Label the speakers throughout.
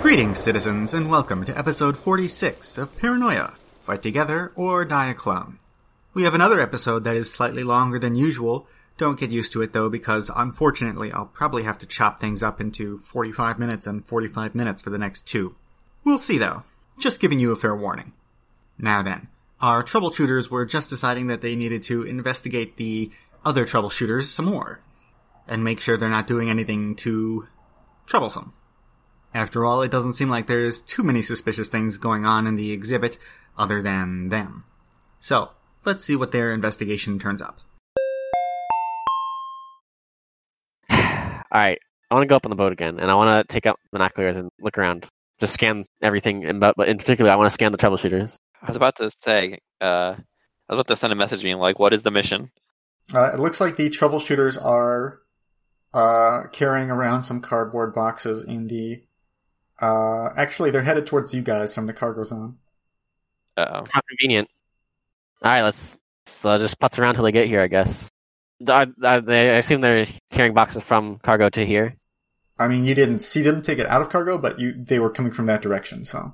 Speaker 1: Greetings, citizens, and welcome to episode 46 of Paranoia Fight Together or Die a Clone. We have another episode that is slightly longer than usual. Don't get used to it though, because unfortunately, I'll probably have to chop things up into 45 minutes and 45 minutes for the next two. We'll see though. Just giving you a fair warning. Now then, our troubleshooters were just deciding that they needed to investigate the other troubleshooters some more and make sure they're not doing anything too troublesome. After all, it doesn't seem like there's too many suspicious things going on in the exhibit other than them. So, let's see what their investigation turns up.
Speaker 2: All right, I want to go up on the boat again, and I want to take out binoculars and look around. Just scan everything, in, but but in particular, I want to scan the troubleshooters.
Speaker 3: I was about to say, uh, I was about to send a message being like, "What is the mission?"
Speaker 1: Uh, it looks like the troubleshooters are uh, carrying around some cardboard boxes in the. Uh, actually, they're headed towards you guys from the cargo zone.
Speaker 3: Uh
Speaker 2: How convenient. All right, let's so just putz around till they get here, I guess. I, I, they- I assume they're carrying boxes from cargo to here.
Speaker 1: I mean, you didn't see them take it out of cargo, but you they were coming from that direction. So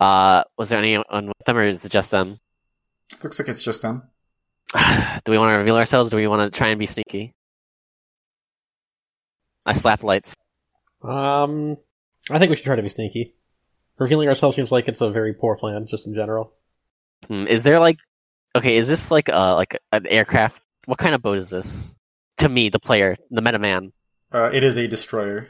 Speaker 2: Uh, was there anyone with them, or is it just them?
Speaker 1: looks like it's just them.
Speaker 2: do we want to reveal ourselves? Or do we want to try and be sneaky? I slap lights.
Speaker 4: Um, I think we should try to be sneaky. Revealing ourselves seems like it's a very poor plan, just in general.
Speaker 2: Hmm, is there like, okay, is this like a like an aircraft? What kind of boat is this? To me, the player, the meta man.
Speaker 1: Uh, it is a destroyer.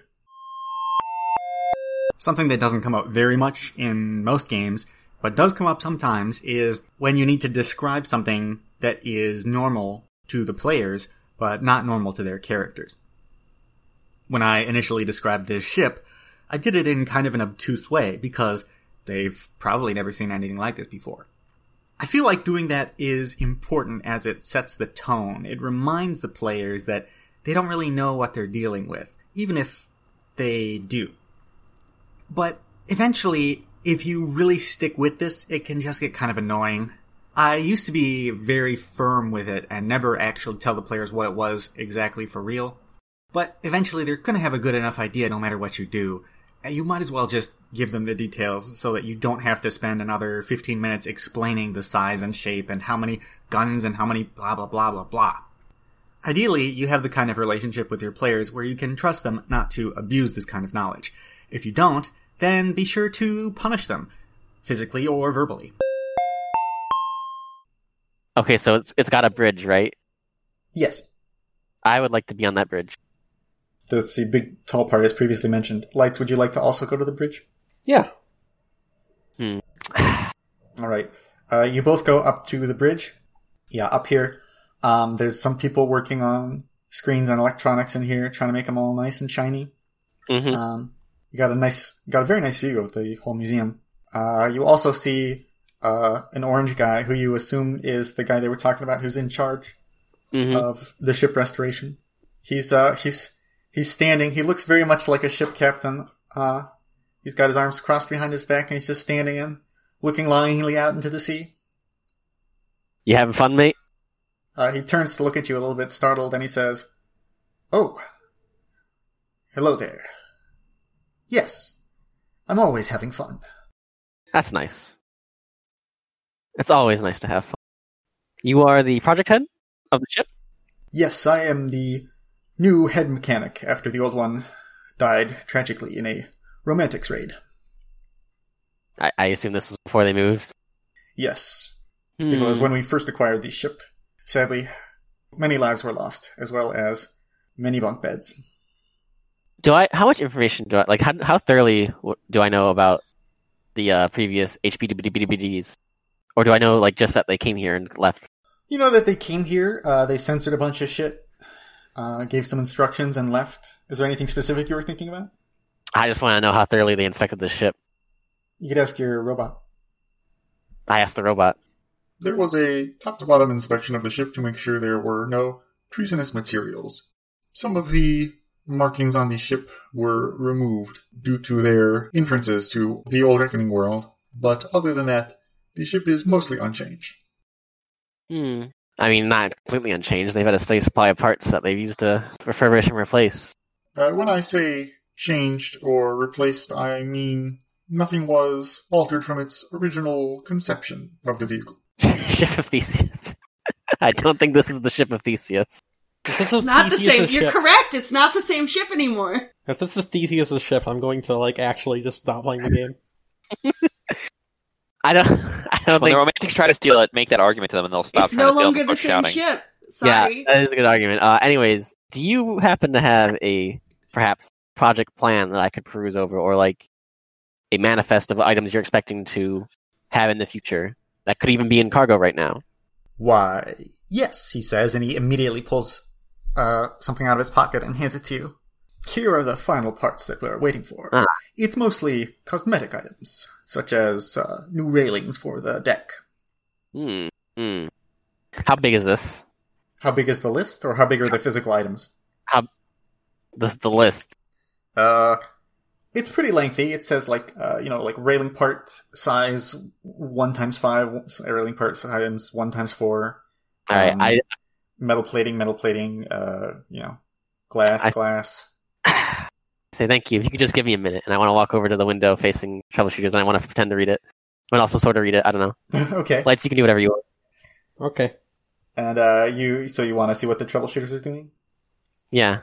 Speaker 1: Something that doesn't come up very much in most games, but does come up sometimes, is when you need to describe something that is normal to the players, but not normal to their characters. When I initially described this ship, I did it in kind of an obtuse way because they've probably never seen anything like this before. I feel like doing that is important as it sets the tone. It reminds the players that they don't really know what they're dealing with, even if they do. But eventually, if you really stick with this, it can just get kind of annoying. I used to be very firm with it and never actually tell the players what it was exactly for real. But eventually, they're going to have a good enough idea no matter what you do. And you might as well just give them the details so that you don't have to spend another 15 minutes explaining the size and shape and how many guns and how many blah blah blah blah blah. Ideally, you have the kind of relationship with your players where you can trust them not to abuse this kind of knowledge. If you don't, then be sure to punish them, physically or verbally.
Speaker 2: Okay, so it's it's got a bridge, right?
Speaker 1: Yes.
Speaker 2: I would like to be on that bridge.
Speaker 1: That's the big tall part as previously mentioned. Lights, would you like to also go to the bridge?
Speaker 4: Yeah.
Speaker 1: All right. Uh, you both go up to the bridge. Yeah, up here. Um, there's some people working on screens and electronics in here, trying to make them all nice and shiny.
Speaker 2: hmm
Speaker 1: Um, you got a nice, got a very nice view of the whole museum. Uh, you also see uh, an orange guy who you assume is the guy they were talking about, who's in charge
Speaker 2: hmm
Speaker 1: of the ship restoration. He's uh, he's he's standing. He looks very much like a ship captain. Uh, he's got his arms crossed behind his back, and he's just standing and looking longingly out into the sea.
Speaker 2: You having fun, mate?
Speaker 1: Uh, he turns to look at you a little bit startled and he says, Oh, hello there. Yes, I'm always having fun.
Speaker 2: That's nice. It's always nice to have fun. You are the project head of the ship.
Speaker 1: Yes, I am the new head mechanic after the old one died tragically in a romantics raid.
Speaker 2: I, I assume this was before they moved.
Speaker 1: Yes, it was
Speaker 2: Hmm.
Speaker 1: when we first acquired the ship. Sadly, many lives were lost, as well as many bunk beds.
Speaker 2: Do I? How much information do I like? How, how thoroughly w- do I know about the uh, previous HPDBDBDs? Or do I know like just that they came here and left?
Speaker 1: You know that they came here, uh, they censored a bunch of shit, uh, gave some instructions, and left. Is there anything specific you were thinking about?
Speaker 2: I just want to know how thoroughly they inspected the ship.
Speaker 1: You could ask your robot.
Speaker 2: I asked the robot.
Speaker 5: There was a top to bottom inspection of the ship to make sure there were no treasonous materials. Some of the markings on the ship were removed due to their inferences to the old reckoning world, but other than that, the ship is mostly unchanged.
Speaker 2: Hmm. I mean, not completely unchanged. They've had a steady supply of parts that they've used to refurbish and replace.
Speaker 5: Uh, when I say changed or replaced, I mean nothing was altered from its original conception of the vehicle.
Speaker 2: ship of Theseus. I don't think this is the ship of Theseus.
Speaker 4: If this is
Speaker 6: Not the same.
Speaker 4: Theseus's
Speaker 6: You're
Speaker 4: ship,
Speaker 6: correct. It's not the same ship anymore.
Speaker 4: if this is Theseus's ship, I'm going to like actually just stop playing the game.
Speaker 2: I don't. I don't
Speaker 3: When the
Speaker 2: think.
Speaker 3: romantics try to steal it, make that argument to them, and they'll stop
Speaker 6: it's
Speaker 3: trying
Speaker 6: no
Speaker 3: to steal
Speaker 6: longer
Speaker 3: them
Speaker 6: the
Speaker 3: and
Speaker 6: same
Speaker 3: start shouting.
Speaker 6: ship. Sorry.
Speaker 2: Yeah, that is a good argument. Uh, anyways, do you happen to have a perhaps project plan that I could peruse over, or like a manifest of items you're expecting to have in the future that could even be in cargo right now?
Speaker 1: Why, yes, he says, and he immediately pulls uh, something out of his pocket and hands it to you. Here are the final parts that we're waiting for.
Speaker 2: Ah.
Speaker 1: It's mostly cosmetic items, such as uh, new railings for the deck.
Speaker 2: Hmm. Hmm. How big is this?
Speaker 1: How big is the list, or how big are the physical items?
Speaker 2: The the list.
Speaker 1: Uh, it's pretty lengthy. It says like uh, you know like railing part size one times five, railing part times one times four.
Speaker 2: All right.
Speaker 1: Um,
Speaker 2: I
Speaker 1: metal plating, metal plating. Uh, you know, glass,
Speaker 2: I-
Speaker 1: glass.
Speaker 2: say thank you. If you could just give me a minute, and I want to walk over to the window facing troubleshooters, and I want to pretend to read it, but also sort of read it. I don't know.
Speaker 1: okay.
Speaker 2: Lights, you can do whatever you want.
Speaker 4: Okay.
Speaker 1: And uh, you, so you want to see what the troubleshooters are doing?
Speaker 2: Yeah.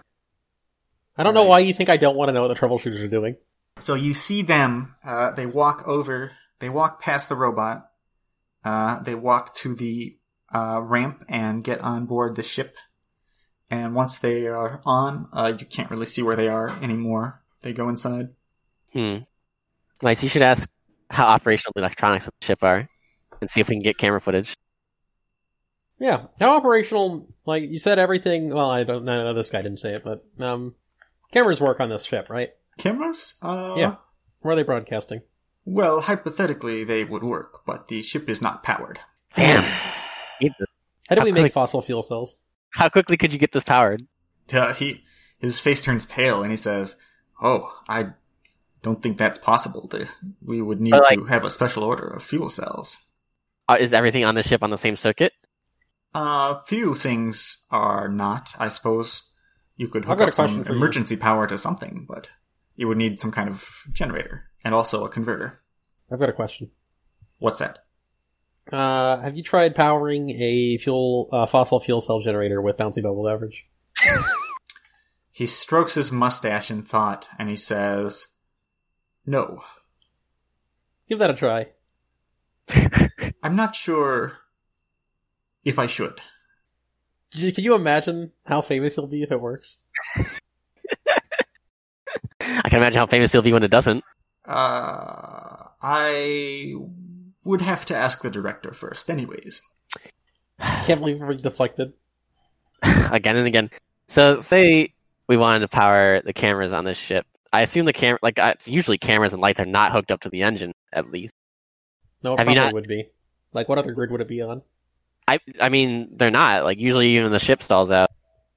Speaker 4: I don't know why you think I don't want to know what the troubleshooters are doing.
Speaker 1: So you see them. Uh, they walk over. They walk past the robot. Uh, they walk to the uh, ramp and get on board the ship. And once they are on, uh, you can't really see where they are anymore. They go inside.
Speaker 2: Hmm. Lights, you should ask how operational the electronics of the ship are, and see if we can get camera footage.
Speaker 4: Yeah. How operational? Like you said, everything. Well, I don't know. This guy didn't say it, but um, cameras work on this ship, right?
Speaker 1: Cameras? Uh,
Speaker 4: Yeah. Where are they broadcasting?
Speaker 1: Well, hypothetically, they would work, but the ship is not powered.
Speaker 2: Damn. Need this.
Speaker 4: How do
Speaker 2: How
Speaker 4: we
Speaker 2: could
Speaker 4: make
Speaker 2: I-
Speaker 4: fossil fuel cells?
Speaker 2: How quickly could you get this powered?
Speaker 1: Uh, he his face turns pale and he says, "Oh, I don't think that's possible. The- We would need
Speaker 2: But, like-
Speaker 1: to have a special order of fuel cells.
Speaker 2: Uh, Is everything on the ship on the same circuit?
Speaker 1: A few things are not. I suppose you could
Speaker 4: I've
Speaker 1: hook
Speaker 4: got a
Speaker 1: up some
Speaker 4: question for you.
Speaker 1: emergency power to something, but you would need some kind of generator and also a converter.
Speaker 4: I've got a question.
Speaker 1: What's that?
Speaker 4: Uh, have you tried powering a fuel uh, fossil fuel cell generator with bouncy bubble beverage?
Speaker 1: He strokes his mustache in thought and he says, "No,
Speaker 4: Give that a try.
Speaker 1: I'm not sure if I should."
Speaker 4: J- Can you imagine how famous you'll be if it works?
Speaker 2: I can imagine how famous he'll be when it doesn't.
Speaker 1: Uh, I would have to ask the director first, anyways.
Speaker 4: Can't believe we deflected.
Speaker 2: again and again. So, say we wanted to power the cameras on this ship. I assume the camera, like I, usually, cameras and lights are not hooked up to the engine. At least,
Speaker 4: No, it
Speaker 2: Have you
Speaker 4: probably
Speaker 2: not-
Speaker 4: would be. Like, what other grid would it be on?
Speaker 2: I, I mean, they're not. Like usually, even when the ship stalls out,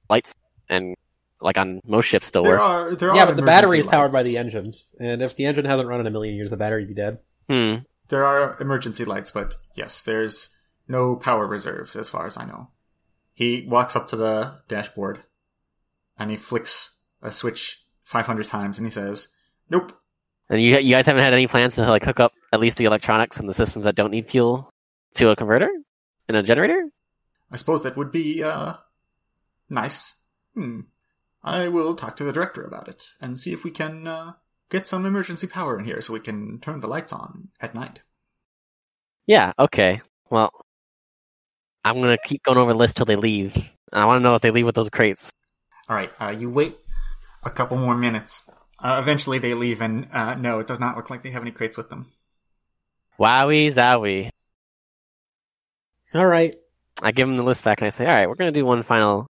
Speaker 2: lights and like on most ships still
Speaker 1: There
Speaker 2: work.
Speaker 1: are there
Speaker 4: yeah,
Speaker 1: are
Speaker 4: but the battery is
Speaker 1: emergency
Speaker 4: powered by
Speaker 1: lights.
Speaker 4: the engines, and if the engine hasn't run in a million years, the battery'd be dead.
Speaker 2: Hmm.
Speaker 1: There are emergency lights, but yes, there's no power reserves as far as I know. He walks up to the dashboard and he flicks a switch 500 times and he says, "Nope."
Speaker 2: And you, you guys haven't had any plans to like hook up at least the electronics and the systems that don't need fuel to a converter and a generator.
Speaker 1: I suppose that would be uh nice. Hmm. I will talk to the director about it and see if we can uh, get some emergency power in here so we can turn the lights on at night.
Speaker 2: Yeah. Okay. Well, I'm gonna keep going over the list till they leave. And I want to know if they leave with those crates.
Speaker 1: All right, uh, you wait a couple more minutes. Uh, eventually, they leave, and uh, no, it does not look like they have any crates with them.
Speaker 2: Wowie zowie.
Speaker 4: All right.
Speaker 2: I give him the list back and I say, "All right, we're gonna do one final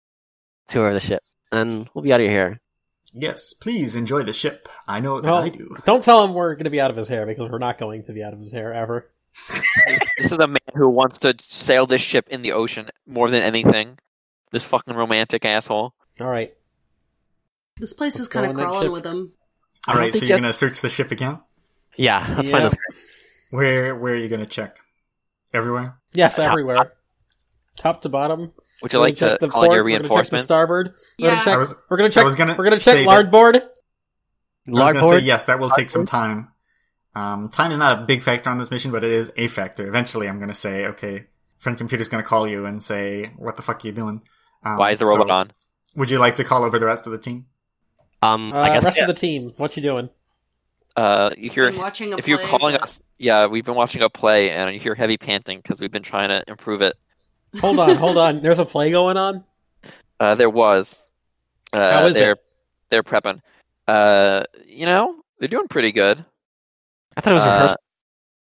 Speaker 2: tour of the ship, and we'll be out of here."
Speaker 1: Yes, please enjoy the ship. I know that
Speaker 4: Well,
Speaker 1: I do.
Speaker 4: Don't tell him we're going to be out of his hair because we're not going to be out of his hair ever.
Speaker 3: This is a man who wants to sail this ship in the ocean more than anything. This fucking romantic asshole.
Speaker 4: All right.
Speaker 6: This place is
Speaker 4: Let's go
Speaker 6: kind of
Speaker 4: on that
Speaker 6: crawling
Speaker 4: ship.
Speaker 6: with them.
Speaker 1: All
Speaker 3: don't
Speaker 1: right, so
Speaker 3: think
Speaker 1: you're
Speaker 3: that-
Speaker 1: gonna search the ship again.
Speaker 2: Yeah, let's find
Speaker 4: Yeah.
Speaker 2: those. Crates.
Speaker 1: Where where are you gonna check? Everywhere.
Speaker 4: Yes,
Speaker 2: Top-
Speaker 4: everywhere. Top to bottom.
Speaker 3: Would you like
Speaker 4: We're gonna
Speaker 3: to
Speaker 4: check the
Speaker 3: call in your
Speaker 4: port, we're gonna check the
Speaker 3: reinforcements?
Speaker 4: starboard. We're
Speaker 6: Yeah.
Speaker 4: gonna check.
Speaker 1: I was-
Speaker 4: we're gonna
Speaker 1: I was
Speaker 4: check.
Speaker 1: gonna
Speaker 4: we're gonna check
Speaker 1: say that-
Speaker 4: larboard.
Speaker 1: I was gonna
Speaker 2: Larport?
Speaker 1: say yes. That will take some time. Um, time is not a big factor on this mission, but it is a factor. Eventually, I'm going to say, okay, friend computer's going to call you and say, "What the fuck are you doing? Um,
Speaker 3: Why is the
Speaker 1: so
Speaker 3: robot on?
Speaker 1: Would you like to call over the rest of the team?
Speaker 3: Mm,
Speaker 2: Um,
Speaker 4: Uh,
Speaker 2: I guess
Speaker 4: rest of the team, what you doing?
Speaker 3: Uh, you hear
Speaker 6: Been watching a
Speaker 3: if you're
Speaker 6: play
Speaker 3: calling
Speaker 6: that-
Speaker 3: us. Yeah, we've been watching a play, and you hear heavy panting because we've been trying to improve it.
Speaker 4: Hold on, hold on. There's a play going on.
Speaker 3: Uh, there was. Uh,
Speaker 4: How is
Speaker 3: they're,
Speaker 4: it?
Speaker 3: They're prepping. Uh, you know, they're doing pretty good.
Speaker 2: I thought it was
Speaker 3: Uh,
Speaker 2: rehearsed.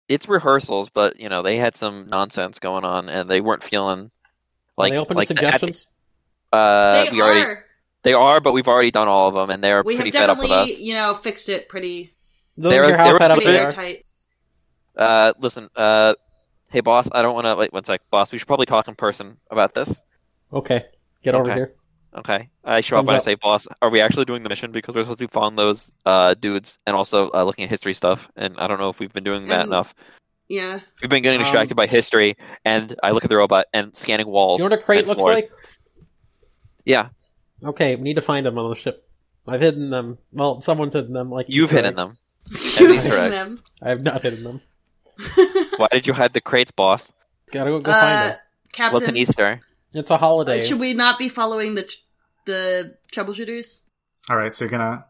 Speaker 3: It's rehearsals, but you know they had some nonsense going on, and they weren't feeling like
Speaker 4: Are they open
Speaker 3: like
Speaker 4: to
Speaker 3: the- at the-
Speaker 4: suggestions?
Speaker 3: uh,
Speaker 6: they
Speaker 3: we
Speaker 6: are.
Speaker 3: already they are, but we've already done all of them, and they're
Speaker 6: we
Speaker 3: pretty
Speaker 6: have
Speaker 3: fed up with us.
Speaker 6: definitely, you know, fixed it pretty,
Speaker 4: Doesn't
Speaker 3: there
Speaker 4: care
Speaker 3: is-
Speaker 4: how
Speaker 3: there
Speaker 4: fed up
Speaker 6: pretty
Speaker 4: they are.
Speaker 6: airtight.
Speaker 3: Uh, listen, uh, hey boss, I don't want to wait one sec, boss. We should probably talk in person about this.
Speaker 4: Okay, get over
Speaker 3: Okay.
Speaker 4: here.
Speaker 3: Okay, I show up
Speaker 4: Thumbs
Speaker 3: and I
Speaker 4: up.
Speaker 3: say, boss, are we actually doing the mission? Because we're supposed to be following those uh, dudes and also uh, looking at history stuff, and I don't know if we've been doing that
Speaker 6: And-
Speaker 3: enough.
Speaker 6: Yeah.
Speaker 3: We've been getting distracted
Speaker 4: Um,
Speaker 3: by history, and I look at the robot and scanning
Speaker 4: You
Speaker 3: walls.
Speaker 4: know what a crate
Speaker 3: and
Speaker 4: looks
Speaker 3: floors.
Speaker 4: like?
Speaker 3: Yeah,
Speaker 4: Okay, we need to find them on the ship. I've hidden them. Well, someone's hidden them. Like
Speaker 3: you've
Speaker 4: Easter
Speaker 3: hidden
Speaker 4: eggs.
Speaker 3: them.
Speaker 6: You've
Speaker 3: Easter egg.
Speaker 6: them.
Speaker 4: I have not hidden them.
Speaker 3: Why did you hide the crates, boss?
Speaker 4: Gotta go, go find
Speaker 6: uh,
Speaker 4: them.
Speaker 3: What's an
Speaker 6: Captain,
Speaker 3: Easter?
Speaker 4: It's a holiday.
Speaker 6: uh, should we not be following the tr- the troubleshooters?
Speaker 1: All right, so you're gonna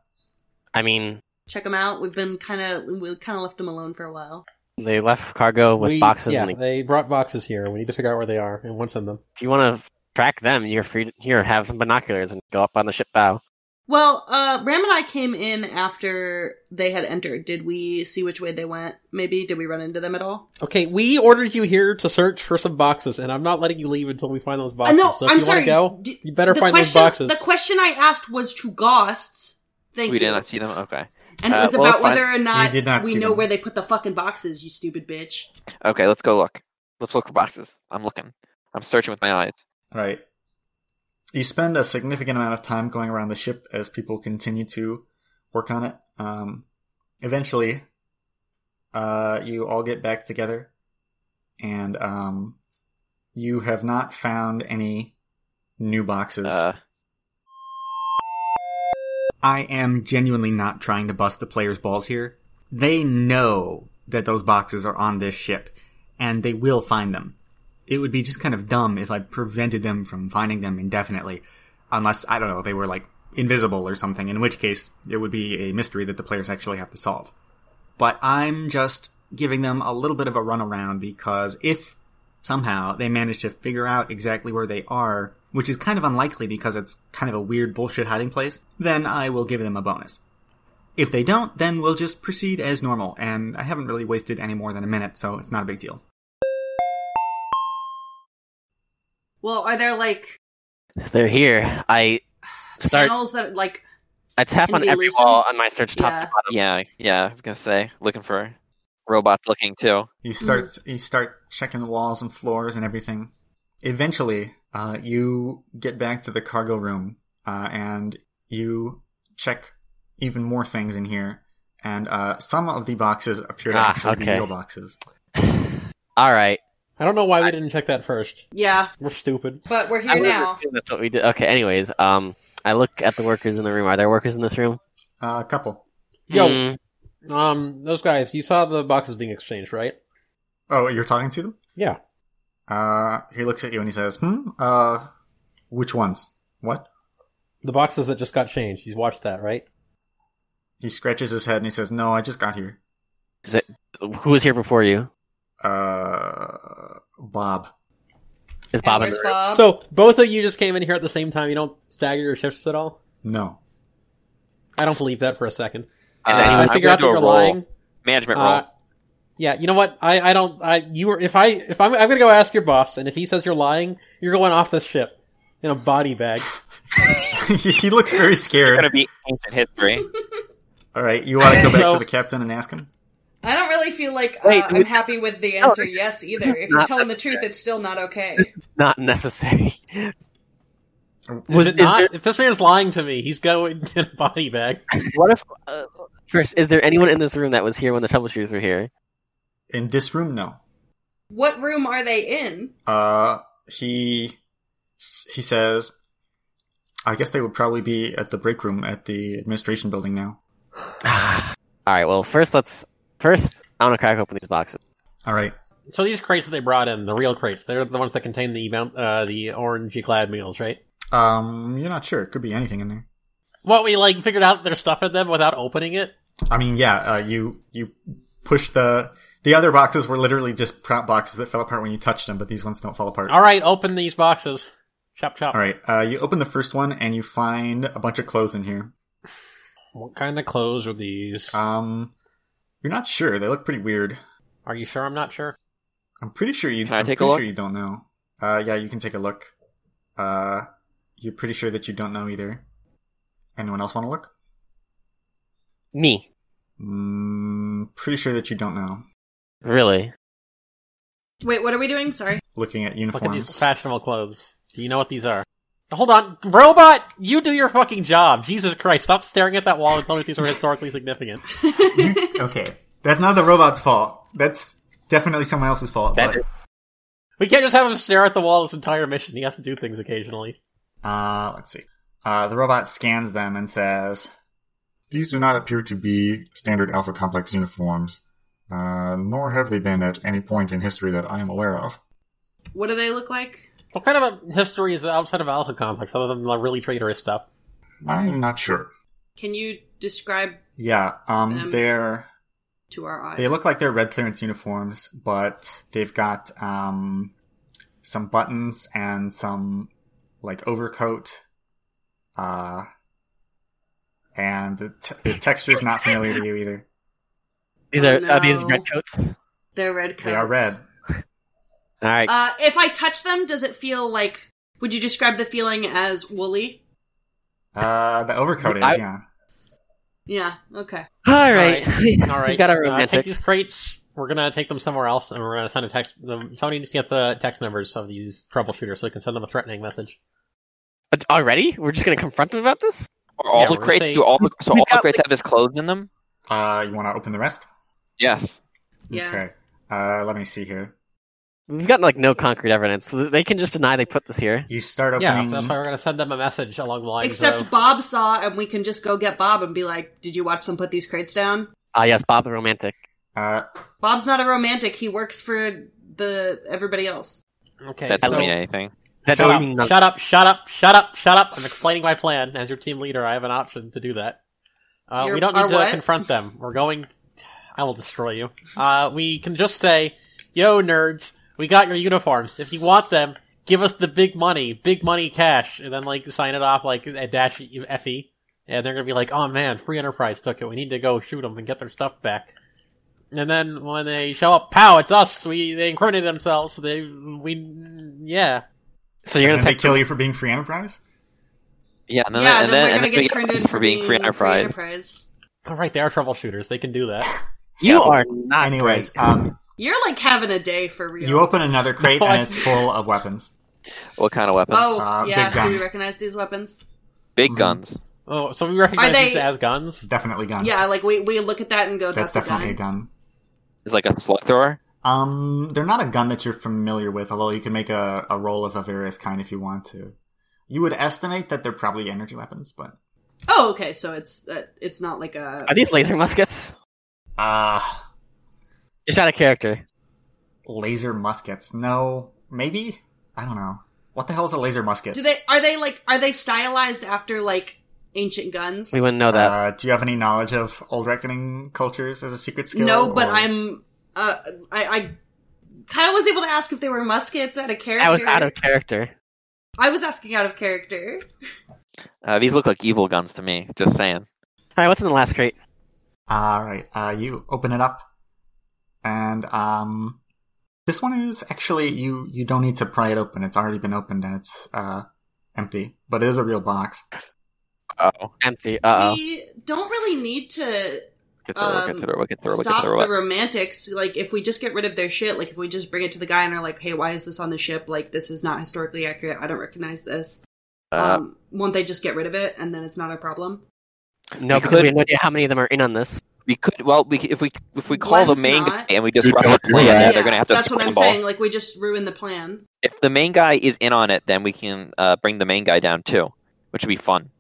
Speaker 2: I mean,
Speaker 6: Check them out. We've been kind of we kind of left them alone for a while.
Speaker 2: they left cargo with
Speaker 4: We-
Speaker 2: boxes,
Speaker 4: Yeah,
Speaker 2: and they-
Speaker 4: they brought boxes here. We need to figure out where they are and what's in them.
Speaker 2: if you want to track them, you're free. To, here, have some binoculars and go up on the ship bow.
Speaker 6: Well, uh, Ram and I came in after they had entered. Did we see which way they went? Maybe did we run into them at all?
Speaker 4: Okay, we ordered you here to search for some boxes, and I'm not letting you leave until we find those
Speaker 6: Uh,
Speaker 4: boxes. so if
Speaker 6: I'm
Speaker 4: you
Speaker 6: sorry.
Speaker 4: want to
Speaker 6: D-
Speaker 4: go, you better
Speaker 6: the
Speaker 4: find
Speaker 6: question,
Speaker 4: those boxes.
Speaker 6: The question I asked was to Ghosts. Thank
Speaker 3: we
Speaker 6: you.
Speaker 3: did not see them. Okay,
Speaker 6: and it
Speaker 3: uh,
Speaker 6: was
Speaker 3: well,
Speaker 6: about
Speaker 3: it's fine.
Speaker 6: whether or not,
Speaker 1: You did not
Speaker 6: we
Speaker 1: see
Speaker 6: know
Speaker 1: them.
Speaker 6: where they put the fucking boxes. You stupid bitch.
Speaker 3: okay, let's go look. Let's look for boxes. I'm looking. I'm searching with my eyes.
Speaker 1: All right. You spend a significant amount of time going around the ship as people continue to work on it. Um, eventually, uh, you all get back together, and um, you have not found any new boxes.
Speaker 3: Uh,
Speaker 1: I am genuinely not trying to bust the players' balls here. They know that those boxes are on this ship, and they will find them. It would be just kind of dumb if I prevented them from finding them indefinitely, unless, I don't know, they were like invisible or something, in which case it would be a mystery that the players actually have to solve. But I'm just giving them a little bit of a runaround because if somehow they manage to figure out exactly where they are, which is kind of unlikely because it's kind of a weird bullshit hiding place, then I will give them a bonus. If they don't, then we'll just proceed as normal, and I haven't really wasted any more than a minute, so it's not a big deal.
Speaker 6: Well, are there like
Speaker 2: They're here. I start.
Speaker 6: panels that like
Speaker 2: I tap
Speaker 6: Can
Speaker 2: on
Speaker 6: be
Speaker 2: every
Speaker 6: loosened?
Speaker 2: wall on my search top
Speaker 6: Yeah.
Speaker 2: to bottom.
Speaker 3: yeah, yeah. I was gonna say looking for robots looking too.
Speaker 1: You start you start checking the walls and floors and everything. Eventually, uh, you get back to the cargo room uh, and you check even more things in here. And uh, some of the boxes appear to
Speaker 2: Ah,
Speaker 1: actually be
Speaker 2: okay.
Speaker 1: real boxes.
Speaker 2: All right.
Speaker 4: I don't know why we didn't check that first.
Speaker 6: yeah,
Speaker 4: We're stupid.
Speaker 6: but we're
Speaker 2: I
Speaker 6: here
Speaker 2: would've
Speaker 6: now.
Speaker 2: assumed that's what we did. Okay. Anyways, um, I look at the workers in the room. Are there workers in this room?
Speaker 1: Uh, a couple.
Speaker 4: Yo.
Speaker 2: Hmm,
Speaker 4: Um, those guys, you saw the boxes being exchanged, right?
Speaker 1: Oh, you're talking to them?
Speaker 4: Yeah.
Speaker 1: Uh, he looks at you and he says, "Hmm. Uh, which ones? What?"
Speaker 4: The boxes that just got changed. You watched that, right?
Speaker 1: He scratches his head and he says, "No, I just got here."
Speaker 2: Hmm. who was here before you?
Speaker 1: Uh, Bob.
Speaker 2: Is
Speaker 6: And
Speaker 2: Bob in
Speaker 6: where's
Speaker 2: the room?
Speaker 6: Bob?
Speaker 4: So both of you just came in here at the same time. You don't stagger your shifts at all.
Speaker 1: No.
Speaker 4: I don't believe that for a second.
Speaker 2: Is
Speaker 3: Uh,
Speaker 2: anyone-
Speaker 4: I
Speaker 3: I'm
Speaker 4: figure
Speaker 3: gonna
Speaker 4: out that
Speaker 3: do a
Speaker 4: you're
Speaker 3: roll.
Speaker 4: lying.
Speaker 3: Management
Speaker 4: Uh,
Speaker 3: roll.
Speaker 4: yeah, you know what? I, I don't. I you were if I if I'm I'm gonna go ask your boss, and if he says you're lying, you're going off this ship in a body bag.
Speaker 1: he looks very
Speaker 3: It's gonna
Speaker 1: scared.
Speaker 3: be ancient history.
Speaker 1: All right, you want to go back
Speaker 4: So-
Speaker 1: to the captain and ask him?
Speaker 6: I don't really feel like uh,
Speaker 2: Wait, Oh,
Speaker 6: I'm happy with the answer yes either. If he's
Speaker 2: not
Speaker 6: telling the truth, it's still not okay.
Speaker 2: Not necessary.
Speaker 4: Was
Speaker 2: Was-
Speaker 4: it
Speaker 2: is
Speaker 4: not?
Speaker 2: there-
Speaker 4: If this man's lying to me, he's going in a body bag.
Speaker 2: what if? Uh, first, is there anyone in this room that was here when the troubleshooters were here?
Speaker 1: In this room, no.
Speaker 6: What room are they in?
Speaker 1: Uh, he he says, "I guess they would probably be at the break room at the administration building now."
Speaker 2: All right. Well, first let's first I want to crack open these boxes.
Speaker 1: All right.
Speaker 4: So these crates that they brought in, the real crates, they're the ones that contain the mount- uh, the orangey clad meals, right?
Speaker 1: Um, you're not sure. It could be anything in there.
Speaker 4: What we like figured out there's stuff in them without opening it.
Speaker 1: I mean, yeah. Uh, you you push the the other boxes were literally just prop boxes that fell apart when you touched them, but these ones don't fall apart.
Speaker 4: All right, open these boxes. Chop chop.
Speaker 1: All right. Uh, you open the first one and you find a bunch of clothes in here.
Speaker 4: What kind of clothes are these?
Speaker 1: Um, you're not sure. They look pretty weird.
Speaker 4: Are you sure? I'm not sure.
Speaker 1: I'm pretty sure you.
Speaker 3: Can I
Speaker 1: am
Speaker 3: take a
Speaker 1: pretty
Speaker 3: look?
Speaker 1: Sure you don't know. Uh, yeah, you can take a look. Uh, you're pretty sure that you don't know either. Anyone else want to look?
Speaker 2: Me,
Speaker 1: Mm, pretty sure that you don't know.
Speaker 2: really?
Speaker 6: Wait, what are we doing? Sorry.
Speaker 1: Looking at
Speaker 4: Look
Speaker 1: uniforms.
Speaker 4: at these fashionable clothes. Do you know what these are? Hold on, robot! You do your fucking job. Jesus Christ! Stop staring at that wall and tell me these are historically significant.
Speaker 1: okay, that's not the robot's fault. That's definitely someone else's fault.
Speaker 2: That
Speaker 1: but-
Speaker 2: is-
Speaker 4: We can't just have him stare at the wall this entire mission. He has to do things occasionally.
Speaker 1: uh, let's see. Uh, the robot scans them and says,
Speaker 5: These do not appear to be standard Alpha Complex uniforms, uh, nor have they been at any point in history that I am aware of.
Speaker 6: What do they look like?
Speaker 4: What kind of a history is outside of Alpha Complex other than the really traitorous stuff?
Speaker 5: I'm not sure.
Speaker 6: Can you describe
Speaker 1: "Yeah, um,
Speaker 6: Um,
Speaker 1: they're
Speaker 6: to our eyes?
Speaker 1: they look like they're red clearance uniforms, but they've got um some buttons and some like overcoat, uh, and the, t- the texture's not familiar to you either.
Speaker 2: These
Speaker 6: Oh,
Speaker 2: are are these
Speaker 6: no.
Speaker 2: red coats?
Speaker 6: They're red coats.
Speaker 1: They are red.
Speaker 2: All right.
Speaker 6: Uh, if I touch them, does it feel like? Would you describe the feeling as woolly?
Speaker 1: Uh, the overcoat is
Speaker 2: I-
Speaker 1: yeah.
Speaker 6: Yeah. Okay.
Speaker 2: all right.
Speaker 4: All right.
Speaker 2: We got our
Speaker 4: Uh, take
Speaker 2: romantic.
Speaker 4: these crates. We're gonna take them somewhere else, and we're gonna send a text. the- Somebody needs to get the text numbers of these troubleshooters so we can send them a threatening message.
Speaker 2: Uh, Already? We're just gonna confront them about this?
Speaker 3: Are all
Speaker 4: Yeah,
Speaker 3: the
Speaker 4: we're
Speaker 3: crates
Speaker 4: saying-
Speaker 3: do all the so
Speaker 2: We
Speaker 3: all the
Speaker 2: got,
Speaker 3: crates have his clothes in them?
Speaker 1: Uh, you want to open the rest?
Speaker 3: Yes.
Speaker 6: Yeah.
Speaker 1: Okay. Uh, let me see here.
Speaker 2: We've got like no concrete evidence. So they can just deny they put this here.
Speaker 1: You start
Speaker 4: Yeah,
Speaker 1: opening.
Speaker 4: that's why we're gonna send them a message along the lines
Speaker 6: Except
Speaker 4: of.
Speaker 6: Bob saw, and we can just go get Bob and be like, "Did you watch them put these crates down?"
Speaker 2: Ah, yes, Bob the romantic.
Speaker 1: uh,
Speaker 6: Bob's not a romantic. He works for the everybody else.
Speaker 4: okay,
Speaker 3: that doesn't
Speaker 4: so-
Speaker 3: mean anything.
Speaker 2: That
Speaker 1: So-
Speaker 2: doesn't mean nothing.
Speaker 4: shut up! Shut up! Shut up! Shut up! I'm explaining my plan. As your team leader, I have an option to do that. Uh,
Speaker 6: Your-
Speaker 4: we don't need
Speaker 6: our
Speaker 4: to
Speaker 6: what?
Speaker 4: confront them. We're going. t- I will destroy you. Uh, we can just say, "Yo, nerds, we got your uniforms. If you want them, give us the big money, big money cash," and then like sign it off like a dash fe. And they're gonna be like, "Oh man, Free Enterprise took it. We need to go shoot them and get their stuff back." And then when they show up, pow! It's us. We they incriminated themselves. They we yeah.
Speaker 2: So you're
Speaker 1: and
Speaker 2: gonna
Speaker 1: they
Speaker 2: take
Speaker 1: kill you for being free enterprise.
Speaker 3: Yeah, and then,
Speaker 6: yeah.
Speaker 3: and
Speaker 6: then
Speaker 3: then,
Speaker 6: we're
Speaker 3: and
Speaker 6: gonna
Speaker 3: then we
Speaker 6: get turned in
Speaker 3: for being free enterprise.
Speaker 6: enterprise.
Speaker 4: Oh, right, they are troubleshooters. They can do that.
Speaker 2: you
Speaker 3: Yeah, but-
Speaker 2: are
Speaker 4: Ah,
Speaker 2: not
Speaker 1: Anyways,
Speaker 2: great.
Speaker 1: um,
Speaker 6: You're like having a day for real.
Speaker 1: you open another crate
Speaker 4: No, I
Speaker 1: and it's
Speaker 4: see.
Speaker 1: full of weapons.
Speaker 3: What kind of weapons?
Speaker 6: Oh
Speaker 1: Uh, big
Speaker 6: yeah. Do we
Speaker 1: guns.
Speaker 6: recognize these weapons?
Speaker 3: Big
Speaker 1: mhm.
Speaker 3: guns.
Speaker 4: Oh, so we recognize
Speaker 6: Are they-
Speaker 4: these as guns.
Speaker 1: Definitely guns.
Speaker 6: Yeah. Like we we look at that and go,
Speaker 1: that's,
Speaker 6: "That's,
Speaker 1: definitely a
Speaker 6: a gun."
Speaker 1: gun.
Speaker 3: Is like a slug thrower.
Speaker 1: Um, they're not a gun that you're familiar with, although you can make a, a roll of a various kind if you want to. You would estimate that they're probably energy weapons, but
Speaker 6: Oh, okay. So it's uh, it's not like a
Speaker 2: Are these laser muskets?
Speaker 1: uh
Speaker 2: Just out of character.
Speaker 1: laser muskets. No, maybe I don't know. What the hell is a laser musket?
Speaker 6: Do they are they like are they stylized after like ancient guns?
Speaker 2: We wouldn't know that.
Speaker 1: Uh, do you have any knowledge of old reckoning cultures as a secret skill?
Speaker 6: no, but
Speaker 1: or-
Speaker 6: I'm uh I, I Kyle was able to ask if they were muskets out of character.
Speaker 2: I was out of character.
Speaker 6: I was asking out of character.
Speaker 3: Uh, these look like evil guns to me. Just saying.
Speaker 2: All right, what's in the last crate?
Speaker 1: All right, uh, you open it up, and um, this one is actually you. You don't need to pry it open; it's already been opened and it's uh, empty. But it is a real box.
Speaker 3: Oh,
Speaker 2: Empty. Uh oh.
Speaker 6: We don't really need to
Speaker 3: get through,
Speaker 6: Um,
Speaker 3: get through, get through, get
Speaker 6: stop
Speaker 3: through.
Speaker 6: the romantics. Like if we just get rid of their shit, like if we just bring it to the guy and are like, "Hey, why is this on the ship? Like this is not historically accurate. I don't recognize this."
Speaker 3: Uh,
Speaker 6: um, won't they just get rid of it and then it's not a problem?
Speaker 2: No, because we
Speaker 3: we could-
Speaker 2: have no idea how many of them are in on this.
Speaker 3: we could. Well, we c- if we if we call
Speaker 6: Let's
Speaker 3: the main
Speaker 6: not.
Speaker 3: guy and we disrupt
Speaker 5: don't
Speaker 3: the
Speaker 5: do
Speaker 3: plan,
Speaker 5: that.
Speaker 3: they're gonna have to
Speaker 6: That's what I'm
Speaker 3: scramble.
Speaker 6: saying. Like we just ruin the plan.
Speaker 3: If the main guy is in on it, then we can uh, bring the main guy down too, which would be fun.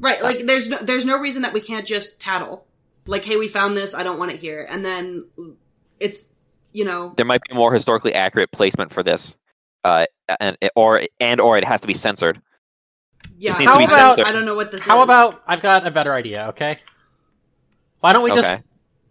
Speaker 6: Right, like there's no there's no reason that we can't just tattle. Like, hey, we found this, I don't want it here. And then it's you know
Speaker 3: There might be a more historically accurate placement for this, uh, and or and or it has to be censored.
Speaker 6: yeah,
Speaker 3: This needs to
Speaker 6: how
Speaker 4: be
Speaker 6: about
Speaker 3: censored.
Speaker 6: I don't know what this is.
Speaker 4: How about I've got a better idea, okay? Why don't we just
Speaker 3: Okay.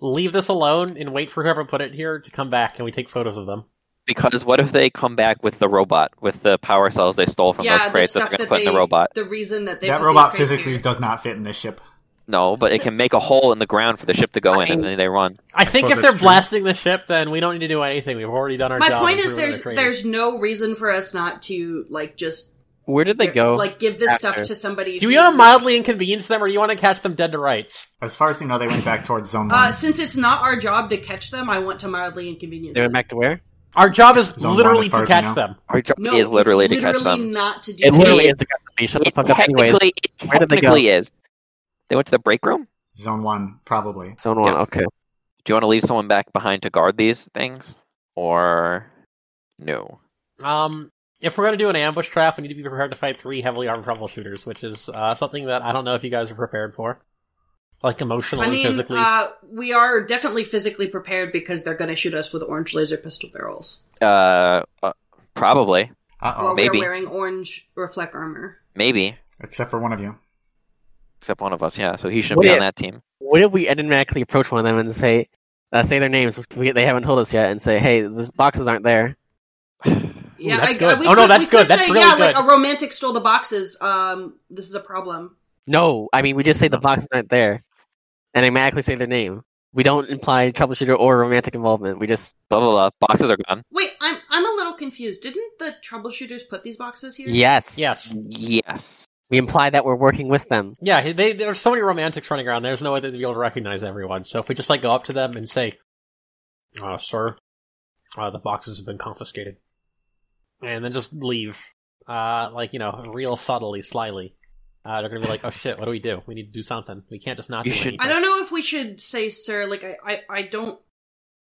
Speaker 4: leave this alone and wait for whoever put it here to come back and we take photos of them?
Speaker 3: Because what if they come back with the robot, with the power cells they stole from
Speaker 6: yeah,
Speaker 3: those
Speaker 6: the
Speaker 3: crates that
Speaker 6: stuff
Speaker 3: they're going
Speaker 6: that
Speaker 3: to put
Speaker 6: they
Speaker 3: in the robot?
Speaker 6: the reason that they
Speaker 1: that
Speaker 6: put
Speaker 1: robot
Speaker 6: these crates
Speaker 1: physically
Speaker 6: here.
Speaker 1: does not fit in this ship.
Speaker 3: No, but it can make a hole in the ground for the ship to go in, and then they run.
Speaker 4: I think
Speaker 5: suppose
Speaker 4: if they're
Speaker 5: that's true.
Speaker 4: blasting the ship, then we don't need to do anything. We've already done our
Speaker 6: My
Speaker 4: job.
Speaker 6: point is
Speaker 4: and proven
Speaker 6: there's
Speaker 4: that they're
Speaker 6: there's no reason for us not to like just
Speaker 2: Where did they go?
Speaker 6: like give this stuff
Speaker 2: after?
Speaker 6: to somebody.
Speaker 4: traitors. Do
Speaker 6: who-
Speaker 4: you want to mildly inconvenience them, or do you want to catch them dead to rights?
Speaker 1: As far as you know, they went back towards zone
Speaker 6: Uh,
Speaker 1: one.
Speaker 6: since it's not our job to catch them, I want to mildly inconvenience
Speaker 2: They went
Speaker 6: them.
Speaker 2: back to where?
Speaker 4: Our job is
Speaker 1: Zone one,
Speaker 4: literally
Speaker 1: as far
Speaker 4: to
Speaker 1: as I
Speaker 4: catch
Speaker 1: know.
Speaker 4: them.
Speaker 3: Our job
Speaker 6: No,
Speaker 3: is literally
Speaker 6: it's
Speaker 3: to catch
Speaker 6: literally
Speaker 3: them.
Speaker 6: not to do.
Speaker 3: It
Speaker 6: that.
Speaker 3: literally
Speaker 2: Literally
Speaker 3: is-
Speaker 2: is to catch them. You shut the
Speaker 3: It
Speaker 2: fuck up anyways.
Speaker 3: technically, it
Speaker 2: Where did they go?
Speaker 3: technically is. They went to the break room.
Speaker 1: Zone one, probably.
Speaker 2: Zone one,
Speaker 3: Yeah.
Speaker 2: okay.
Speaker 3: Do you want to leave someone back behind to guard these things, or no?
Speaker 4: Um, if we're going to do an ambush trap, we need to be prepared to fight three heavily armed troubleshooters, which is uh, something that I don't know if you guys are prepared for. Like emotionally,
Speaker 6: I mean,
Speaker 4: physically.
Speaker 6: uh, we are definitely physically prepared because they're going to shoot us with orange laser pistol barrels.
Speaker 3: Uh, uh, probably,
Speaker 1: Uh oh.
Speaker 6: while
Speaker 3: maybe.
Speaker 6: we're wearing orange reflect armor.
Speaker 3: maybe,
Speaker 1: Except for one of you.
Speaker 3: except one of us. Yeah, so he shouldn't
Speaker 2: What
Speaker 3: be
Speaker 2: if-
Speaker 3: on that team.
Speaker 2: What if we enigmatically approach one of them and say, uh, say their names, which we, they haven't told us yet, and say, hey, the boxes aren't there.
Speaker 6: Yeah,
Speaker 4: that's
Speaker 6: I,
Speaker 4: good.
Speaker 6: I, we
Speaker 4: Oh, no,
Speaker 6: could-
Speaker 4: that's
Speaker 6: we could
Speaker 4: good. That's
Speaker 6: say,
Speaker 4: really
Speaker 6: yeah,
Speaker 4: good.
Speaker 6: like a romantic stole the boxes. Um, this is a problem.
Speaker 2: No, I mean, we just say the boxes aren't there, and enigmatically say their name. We don't imply troubleshooter or romantic involvement. We just,
Speaker 3: Blah blah blah. Boxes are gone.
Speaker 6: Wait, I'm I'm a little confused. Didn't the troubleshooters put these boxes here?
Speaker 2: yes.
Speaker 4: yes.
Speaker 3: Yes.
Speaker 2: We imply that we're working with them.
Speaker 4: Yeah, they, there's so many romantics running around. There's no way they'd be able to recognize everyone. So if we just like go up to them and say, uh, "Sir, uh, the boxes have been confiscated," and then just leave, uh, like you know, real subtly, slyly, uh, they're gonna be like, "Oh shit, what do we do? We need to do something. We can't just not
Speaker 3: You
Speaker 4: do
Speaker 3: should-
Speaker 4: anything."
Speaker 6: I don't know if we should say, sir. Like, I, I, I don't,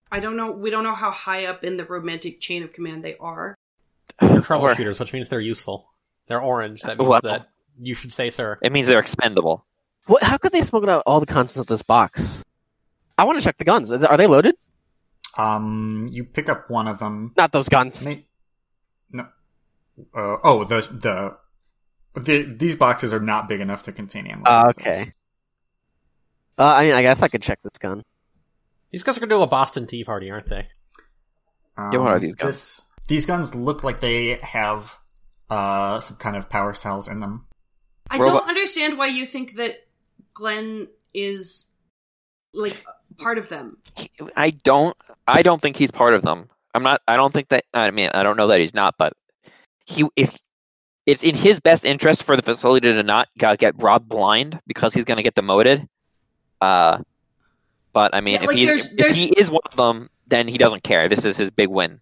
Speaker 6: I don't know. We don't know how high up in the romantic chain of command they are.
Speaker 4: They're
Speaker 3: Or-
Speaker 4: troubleshooters, which means they're useful. They're orange. That means
Speaker 3: Well-
Speaker 4: that you should say, "Sir."
Speaker 3: It means they're expendable.
Speaker 2: What, how could they smuggle out all the contents of this box? I want to check the guns. Is- Are they loaded?
Speaker 1: Um, you pick up one of them.
Speaker 2: Not those guns.
Speaker 1: May- No. Uh, oh, the, the the these boxes are not big enough to contain ammo.
Speaker 3: Ah,
Speaker 2: Uh, okay. Uh, I mean, I guess I could check this gun.
Speaker 4: These guys are gonna do a Boston Tea Party, aren't they?
Speaker 1: Um,
Speaker 3: Yeah, what are these guns?
Speaker 1: this- these guns look like they have uh some kind of power cells in them.
Speaker 6: I
Speaker 3: Robot-
Speaker 6: don't understand why you think that Glenn is like part of them.
Speaker 3: He- I don't. I don't think he's part of them. I'm not. I don't think that. I mean, I don't know that he's not. But he, if it's in his best interest for the facility to not go- get robbed blind because he's going to get demoted. Uh, but I mean,
Speaker 6: Yeah,
Speaker 3: if,
Speaker 6: like,
Speaker 3: he's,
Speaker 6: there's-
Speaker 3: if
Speaker 6: there's-
Speaker 3: he is one of them, then he doesn't care. This is his big win.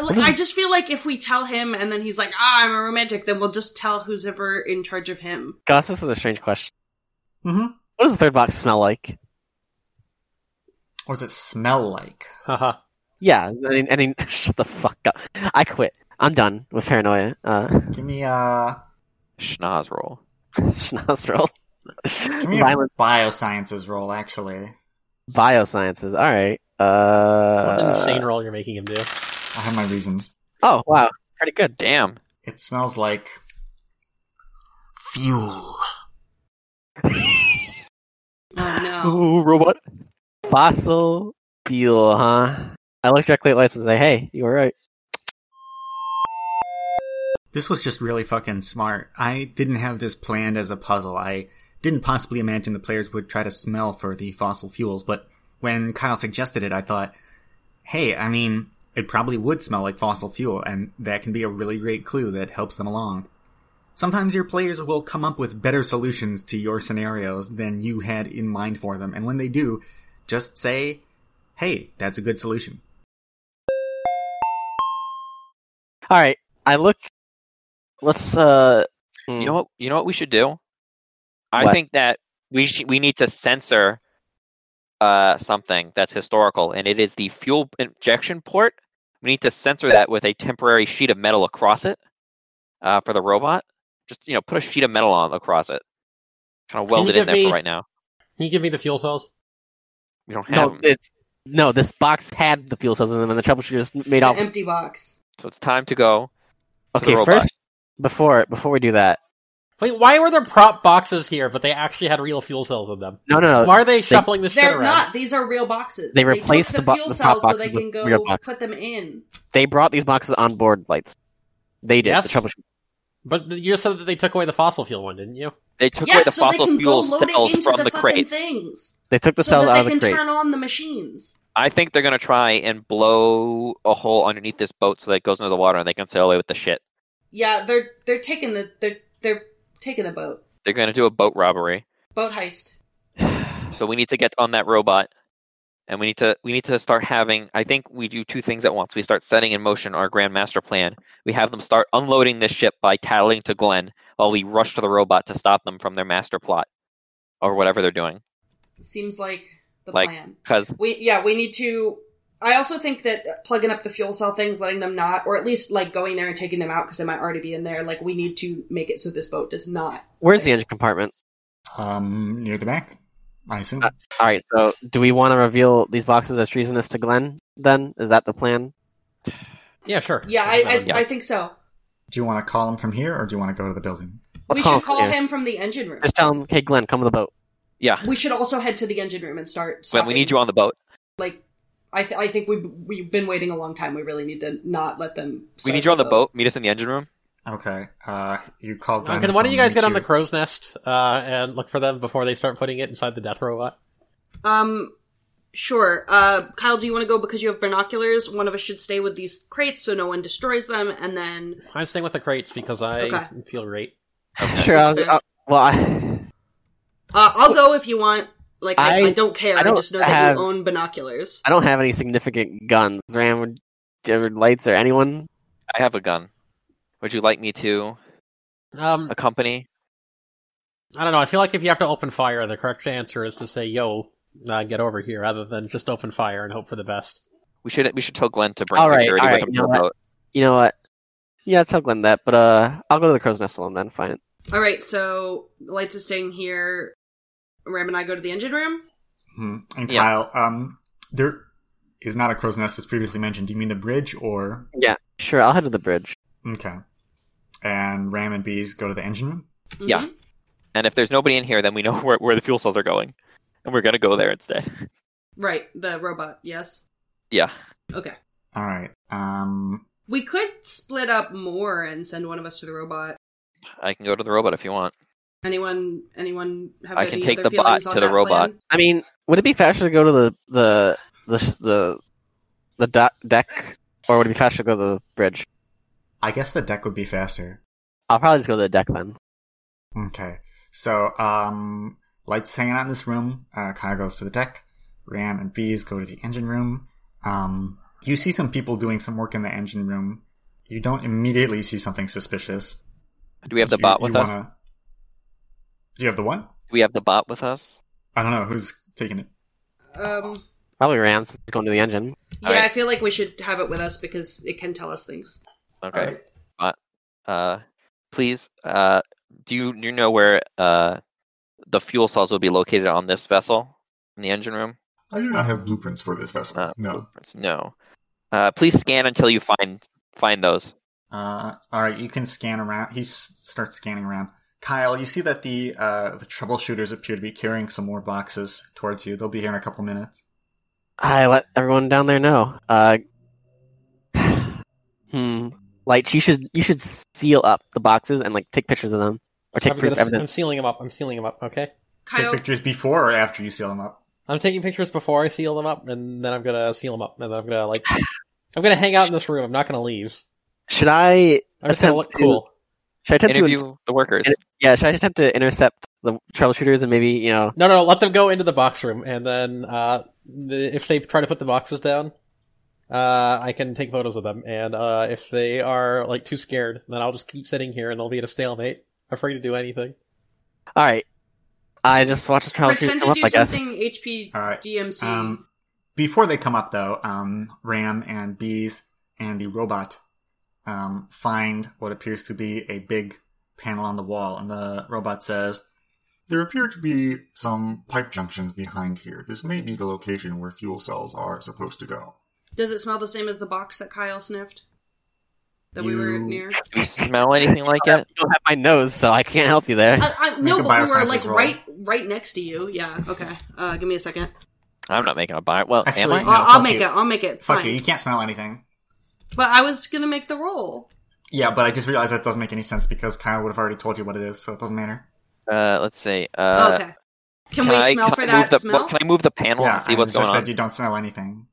Speaker 6: Like, I just feel like if we tell him and then he's like, ah, I'm a romantic, then we'll just tell who's ever in charge of him.
Speaker 2: Gus, this is a strange question.
Speaker 1: Mm-hmm.
Speaker 2: What does the third box smell like?
Speaker 1: What does it smell like?
Speaker 4: Haha.
Speaker 2: Yeah, I mean, I mean shut the fuck up. I quit. I'm done with paranoia. Uh,
Speaker 1: Give me a
Speaker 3: Schnoz roll.
Speaker 2: schnoz roll.
Speaker 1: give me
Speaker 2: Violent
Speaker 1: a biosciences roll. Actually,
Speaker 2: biosciences. All right.
Speaker 4: what an
Speaker 2: Uh,
Speaker 4: insane role you're making him do.
Speaker 1: I have my reasons.
Speaker 2: Oh wow, pretty good.
Speaker 3: Damn.
Speaker 1: It smells like fuel.
Speaker 6: Oh no.
Speaker 3: Ooh, robot.
Speaker 2: Fossil fuel, huh? I look directly at lights and say, "Hey, you were right."
Speaker 1: This was just really fucking smart. I didn't have this planned as a puzzle. I didn't possibly imagine the players would try to smell for the fossil fuels, but when Kyle suggested it, I thought, hey, I mean, it probably would smell like fossil fuel, and that can be a really great clue that helps them along. Sometimes your players will come up with better solutions to your scenarios than you had in mind for them, and when they do, just say, hey, that's a good solution.
Speaker 2: All right. I look. Let's. uh
Speaker 4: Hmm.
Speaker 3: You know what? You know what we should do? I
Speaker 2: What?
Speaker 3: think that we sh- we need to censor uh, something that's historical, and it is the fuel injection port. We need to censor that with a temporary sheet of metal across it uh, for the robot. Just you know, put a sheet of metal on across it, Kind of welded
Speaker 4: you
Speaker 3: in there
Speaker 4: give me-
Speaker 3: for right now.
Speaker 4: Can you give me the fuel cells?
Speaker 3: We don't have
Speaker 2: No,
Speaker 3: them.
Speaker 2: it's, no, this box had the fuel cells in them, and the troubleshooter just made
Speaker 6: The
Speaker 2: off.
Speaker 6: empty box.
Speaker 3: So it's time to go. to the
Speaker 2: Okay,
Speaker 3: robot.
Speaker 2: first, before before we do that,
Speaker 4: Wait, why were there prop boxes here, but they actually had real fuel cells in them?
Speaker 2: no, no, no.
Speaker 4: Why are they shuffling this shit
Speaker 6: They're
Speaker 4: around?
Speaker 6: not. These are real boxes.
Speaker 2: They replaced
Speaker 6: took
Speaker 2: the bo-
Speaker 6: fuel
Speaker 2: the
Speaker 6: cells
Speaker 2: pop
Speaker 6: so they
Speaker 2: boxes with
Speaker 6: can go
Speaker 2: real boxes.
Speaker 6: put them in.
Speaker 2: They brought these boxes on board lights. They did.
Speaker 4: Yes.
Speaker 2: The troubleshooter.
Speaker 4: But you just said that they took away the fossil fuel one, didn't you?
Speaker 3: They took away
Speaker 6: Yes,
Speaker 3: the
Speaker 6: so they
Speaker 3: fossil
Speaker 6: can go
Speaker 3: fuel
Speaker 6: load
Speaker 3: cells
Speaker 6: it into
Speaker 3: from
Speaker 6: the,
Speaker 3: the
Speaker 6: fucking
Speaker 3: crate.
Speaker 6: things.
Speaker 2: They took the
Speaker 6: so
Speaker 2: cells
Speaker 6: that
Speaker 2: out
Speaker 6: they
Speaker 2: of the
Speaker 6: can
Speaker 2: crate.
Speaker 6: turn on the machines.
Speaker 3: I think they're gonna try and blow a hole underneath this boat so that it goes into the water and they can sail away with the shit.
Speaker 6: Yeah, they're they're taking the they're they're taking the boat.
Speaker 3: They're gonna do a boat robbery.
Speaker 6: Boat heist.
Speaker 3: So we need to get on that robot, and we need to we need to start having. I think we do two things at once. We start setting in motion our grand master plan. We have them start unloading this ship by tattling to Glenn while we rush to the robot to stop them from their master plot, or whatever they're doing.
Speaker 6: Seems like the
Speaker 3: Like-
Speaker 6: plan.
Speaker 3: Because
Speaker 6: We yeah, we need to I also think that plugging up the fuel cell thing, letting them not, or at least like going there and taking them out because they might already be in there. Like we need to make it so this boat does not.
Speaker 2: Where's the engine compartment?
Speaker 1: Um, near the back, I assume.
Speaker 2: Uh, All right. So, do we want to reveal these boxes as treasonous to Glenn? Then is that the plan?
Speaker 4: Yeah, sure.
Speaker 6: Yeah, I I,
Speaker 3: Yeah.
Speaker 6: I think so.
Speaker 1: do you want to call him from here, or do you want to go to the building?
Speaker 2: Let's
Speaker 6: we
Speaker 2: call
Speaker 6: should call
Speaker 2: him.
Speaker 6: him from the engine room.
Speaker 2: Just tell him, hey, Glenn, come to the boat.
Speaker 3: yeah,
Speaker 6: We should also head to the engine room and start.
Speaker 3: Glenn, we
Speaker 6: stopping-
Speaker 3: need you on the boat.
Speaker 6: Like, I th- I think we have we've been waiting a long time. We really need to not let them.
Speaker 3: We
Speaker 6: start
Speaker 3: need you on the boat. Meet us in the engine room.
Speaker 1: Okay. Uh, you called. Glenn
Speaker 4: Okay,
Speaker 1: and
Speaker 4: why don't
Speaker 1: told
Speaker 4: you
Speaker 1: him
Speaker 4: guys
Speaker 1: to
Speaker 4: get on
Speaker 1: meet
Speaker 4: the crow's nest uh, and look for them before they start putting it inside the death robot?
Speaker 6: Um, sure. Uh, Kyle, do you want to go because you have binoculars? One of us should stay with these crates so no one destroys them, and then
Speaker 4: I'm staying with the crates because I
Speaker 6: Okay.
Speaker 4: feel great.
Speaker 2: sure.
Speaker 6: sounds
Speaker 2: I'll,
Speaker 6: fair.
Speaker 2: I'll, well, I,
Speaker 6: uh, I'll go if you want. Like, I, I,
Speaker 2: I-
Speaker 6: don't care. I,
Speaker 2: I don't
Speaker 6: just know that
Speaker 2: have-
Speaker 6: you own binoculars.
Speaker 2: I don't have any significant guns, Ram, or, or lights, or anyone.
Speaker 3: I have a gun. Would you like me to
Speaker 4: Um,
Speaker 3: accompany?
Speaker 4: I don't know. I feel like if you have to open fire, the correct answer is to say, yo, uh, get over here, rather than just open fire and hope for the best.
Speaker 3: We should we should tell Glenn to bring
Speaker 2: All right,
Speaker 3: security
Speaker 2: all
Speaker 3: with
Speaker 2: right,
Speaker 3: him
Speaker 2: you know
Speaker 3: to the
Speaker 2: what?
Speaker 3: boat.
Speaker 2: You know what? Yeah, tell Glenn that. But uh, I'll go to the crow's nest alone then. Fine.
Speaker 6: All right, so lights is staying here. Ram and I go to the engine room.
Speaker 1: you. Hmm. And
Speaker 3: Yeah.
Speaker 1: Kyle, um, there is not a crow's nest as previously mentioned. Do you mean the bridge, or
Speaker 2: Sure, I'll head to the bridge.
Speaker 1: okay? And Ram and Bees go to the engine room.
Speaker 6: Mhm.
Speaker 3: Yeah. And if there's nobody in here, then we know where, where the fuel cells are going, and we're gonna go there instead.
Speaker 6: Right. The robot. Yes.
Speaker 3: yeah.
Speaker 6: Okay.
Speaker 1: All right. Um,
Speaker 6: We could split up more and send one of us to the robot.
Speaker 3: I can go to the robot if you want.
Speaker 6: Anyone? Anyone have
Speaker 3: I
Speaker 6: any
Speaker 3: can take
Speaker 6: other
Speaker 3: the bot
Speaker 6: feelings on
Speaker 3: to the
Speaker 6: that
Speaker 3: robot.
Speaker 6: plan?
Speaker 2: I mean, would it be faster to go to the the the the the do- deck, or would it be faster to go to the bridge?
Speaker 1: I guess the deck would be faster.
Speaker 2: I'll probably just go to the deck then.
Speaker 1: Okay. So, um, lights hanging out in this room. Uh, Kyle goes to the deck. Ram and Bees go to the engine room. Um, you see some people doing some work in the engine room. You don't immediately see something suspicious.
Speaker 3: Do we have the
Speaker 1: You-
Speaker 3: bot
Speaker 1: you
Speaker 3: with us?
Speaker 1: wanna- Do you have the what?
Speaker 3: Do we have the bot with us?
Speaker 1: I don't know who's taking it.
Speaker 6: Um.
Speaker 2: Probably Ram since it's going to the engine.
Speaker 6: Yeah,
Speaker 3: Alright.
Speaker 6: I feel like we should have it with us because it can tell us things.
Speaker 3: Okay.
Speaker 5: Alright.
Speaker 3: Uh, please. Uh, do you do you know where uh the fuel cells will be located on this vessel in the engine room?
Speaker 5: I do not have blueprints for this vessel.
Speaker 3: Uh,
Speaker 5: no.
Speaker 3: blueprints? No. Uh, please scan until you find find those.
Speaker 1: Uh, all right, you can scan around. He s- starts scanning around. Kyle, you see that the uh, the troubleshooters appear to be carrying some more boxes towards you. They'll be here in a couple minutes.
Speaker 2: I let everyone down there know. Uh, hmm. Like you should you should seal up the boxes and like take pictures of them or take
Speaker 4: I'm, gonna,
Speaker 2: proof
Speaker 4: I'm
Speaker 2: evidence.
Speaker 4: sealing them up. I'm sealing them up, okay?
Speaker 6: Kyle,
Speaker 1: Take pictures before or after you seal them up.
Speaker 4: I'm taking pictures before I seal them up, and then I'm gonna seal them up, and then I'm gonna, like, I'm gonna hang out in this room. I'm not gonna leave.
Speaker 2: Should I
Speaker 4: I'm just gonna
Speaker 2: Attempt
Speaker 4: look
Speaker 2: to-
Speaker 4: cool.
Speaker 2: should I attempt to
Speaker 3: Interview the workers.
Speaker 2: and- yeah should I attempt to intercept the troubleshooters and maybe you know
Speaker 4: No, no, no, let them go into the box room, and then uh, the, if they try to put the boxes down, uh, I can take photos of them. And uh, if they are like too scared, then I'll just keep sitting here, and they'll be at a stalemate, afraid to do anything.
Speaker 2: all right. I just watch the troubleshooters
Speaker 6: pretend
Speaker 2: come
Speaker 6: to
Speaker 2: up.
Speaker 6: do
Speaker 2: I guess.
Speaker 6: something HP
Speaker 1: All right.
Speaker 6: DMC.
Speaker 1: Um, before they come up, though, um, Ram and Bees and the robot um, find what appears to be a big panel on the wall, and the robot says,
Speaker 5: There appear to be some pipe junctions behind here. This may be the location where fuel cells are supposed to go.
Speaker 6: Does it smell the same as the box that Kyle sniffed? That we were
Speaker 5: You-
Speaker 6: near?
Speaker 3: Do you smell anything like
Speaker 2: I
Speaker 3: it?
Speaker 2: don't have my nose, so I can't help you there.
Speaker 6: I, I,
Speaker 5: Make
Speaker 6: Uh, no,
Speaker 5: a
Speaker 6: but we were
Speaker 5: biosciences
Speaker 6: like
Speaker 5: roll.
Speaker 6: right right next to you. Yeah, okay. Uh, give me a second.
Speaker 3: I'm not making a buy. Well,
Speaker 5: Actually-
Speaker 3: am
Speaker 6: I'll,
Speaker 3: I?
Speaker 5: No,
Speaker 6: I'll
Speaker 5: fuck
Speaker 6: make
Speaker 5: you.
Speaker 6: it. I'll make it. It's
Speaker 1: Fuck you,
Speaker 6: fine.
Speaker 1: you can't smell anything.
Speaker 6: But I was going to make the roll.
Speaker 1: Yeah, but I just realized that doesn't make any sense because Kyle would have already told you what it is, so it doesn't matter.
Speaker 3: Uh, let's see. Uh,
Speaker 6: okay. Oh, Can, we
Speaker 3: I,
Speaker 6: smell
Speaker 3: can
Speaker 6: for
Speaker 3: I
Speaker 6: that
Speaker 3: move the,
Speaker 6: smell?
Speaker 3: Can I move the panel
Speaker 1: yeah,
Speaker 3: and see
Speaker 1: I
Speaker 3: what's
Speaker 1: just
Speaker 3: going on?
Speaker 1: said you don't smell anything.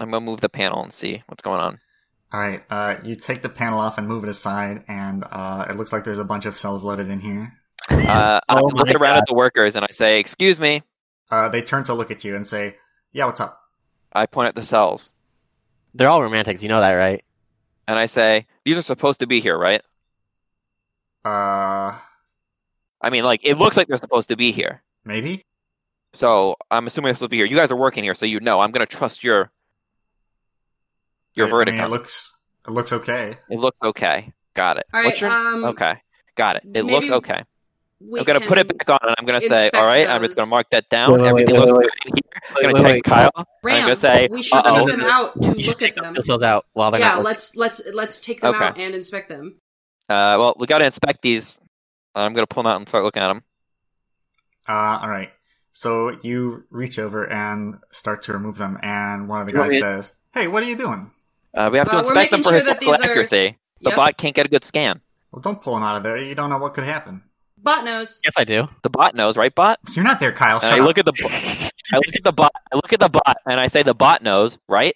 Speaker 3: I'm gonna move the panel and see what's going on.
Speaker 1: All right, uh, you take the panel off and move it aside, and uh, it looks like there's a bunch of cells loaded in here.
Speaker 3: Uh, I
Speaker 2: Oh
Speaker 3: look
Speaker 2: my
Speaker 3: around at the workers and I say, "Excuse me."
Speaker 1: Uh, they turn to look at you and say, "Yeah, what's up?"
Speaker 3: I point at the cells
Speaker 2: They're all romantics, you know that, right?
Speaker 3: and I say, "These are supposed to be here, right?"
Speaker 1: Uh,
Speaker 3: I mean, like it looks like they're supposed to be here.
Speaker 1: maybe.
Speaker 3: So I'm assuming they're supposed to be here. You guys are working here, so you know. I'm gonna trust your your
Speaker 1: I-
Speaker 3: verdict.
Speaker 1: I mean,
Speaker 3: on
Speaker 1: it looks it looks okay.
Speaker 3: it. It looks okay. Got it.
Speaker 6: All right.
Speaker 3: What's your-
Speaker 6: um,
Speaker 3: okay. Got it. It
Speaker 6: maybe
Speaker 3: looks okay.
Speaker 6: we
Speaker 3: I'm gonna put it
Speaker 6: can
Speaker 3: back on and I'm gonna say,
Speaker 6: inspect
Speaker 3: all right, I'm just
Speaker 6: those.
Speaker 3: gonna mark that down.
Speaker 2: Wait, wait,
Speaker 3: Everything
Speaker 2: wait,
Speaker 3: looks
Speaker 2: wait,
Speaker 3: good in here. I'm gonna text Kyle.
Speaker 6: Ram,
Speaker 3: gonna say,
Speaker 6: we should
Speaker 3: uh-oh.
Speaker 6: take them out to
Speaker 2: You should
Speaker 6: look
Speaker 2: take
Speaker 6: at
Speaker 2: the
Speaker 6: them.
Speaker 2: missiles out while they're
Speaker 6: Yeah,
Speaker 2: not
Speaker 6: let's let's let's take them
Speaker 3: Okay.
Speaker 6: out and inspect them.
Speaker 3: Uh, well, we gotta inspect these. I'm gonna pull them out and start looking at them.
Speaker 1: Uh, all right. So you reach over and start to remove them, and one of the
Speaker 3: Wait.
Speaker 1: guys says, "Hey, what are you doing?"
Speaker 3: Uh, we have to
Speaker 6: Well, we're
Speaker 3: inspect them
Speaker 6: making
Speaker 3: for
Speaker 6: sure that
Speaker 3: historical
Speaker 6: these are-
Speaker 3: accuracy. The
Speaker 6: Yep.
Speaker 3: bot can't get a good scan.
Speaker 1: Well, don't pull them out of there. You don't know what could happen.
Speaker 6: Bot knows.
Speaker 2: Yes, I do.
Speaker 3: The bot knows, right, bot?
Speaker 1: You're not there, Kyle.
Speaker 3: And
Speaker 1: Shut
Speaker 3: I
Speaker 1: up.
Speaker 3: look at the, bo- I look at the bot, I look at the bot, and I say the bot knows, right?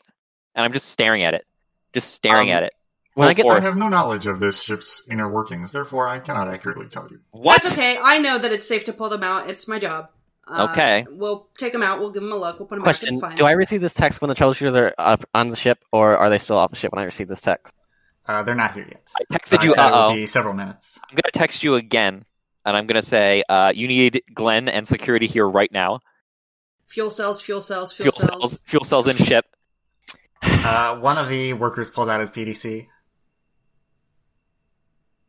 Speaker 3: And I'm just staring at it, just staring
Speaker 2: Um,
Speaker 3: at it.
Speaker 2: When I
Speaker 3: Full
Speaker 2: get
Speaker 5: I
Speaker 3: force.
Speaker 5: have no knowledge of this ship's inner workings, therefore I cannot accurately tell you.
Speaker 3: What?
Speaker 6: That's okay. I know that it's safe to pull them out. It's my job. Uh,
Speaker 3: Okay.
Speaker 6: We'll take them out. We'll give them a look. We'll put them
Speaker 2: question,
Speaker 6: back.
Speaker 2: do I receive this text when the troubleshooters are up on the ship, or are they still off the ship when I receive this text?
Speaker 1: Uh, they're not here yet.
Speaker 3: I texted
Speaker 1: I
Speaker 3: you.
Speaker 1: said
Speaker 3: Uh
Speaker 1: it
Speaker 3: oh.
Speaker 1: would be several minutes.
Speaker 3: I'm gonna text you again, and I'm gonna say, uh, you need Glenn and security here right now.
Speaker 6: Fuel cells. Fuel cells. Fuel,
Speaker 3: Fuel cells, fuel cells in ship.
Speaker 1: Uh, one of the workers pulls out his PDC.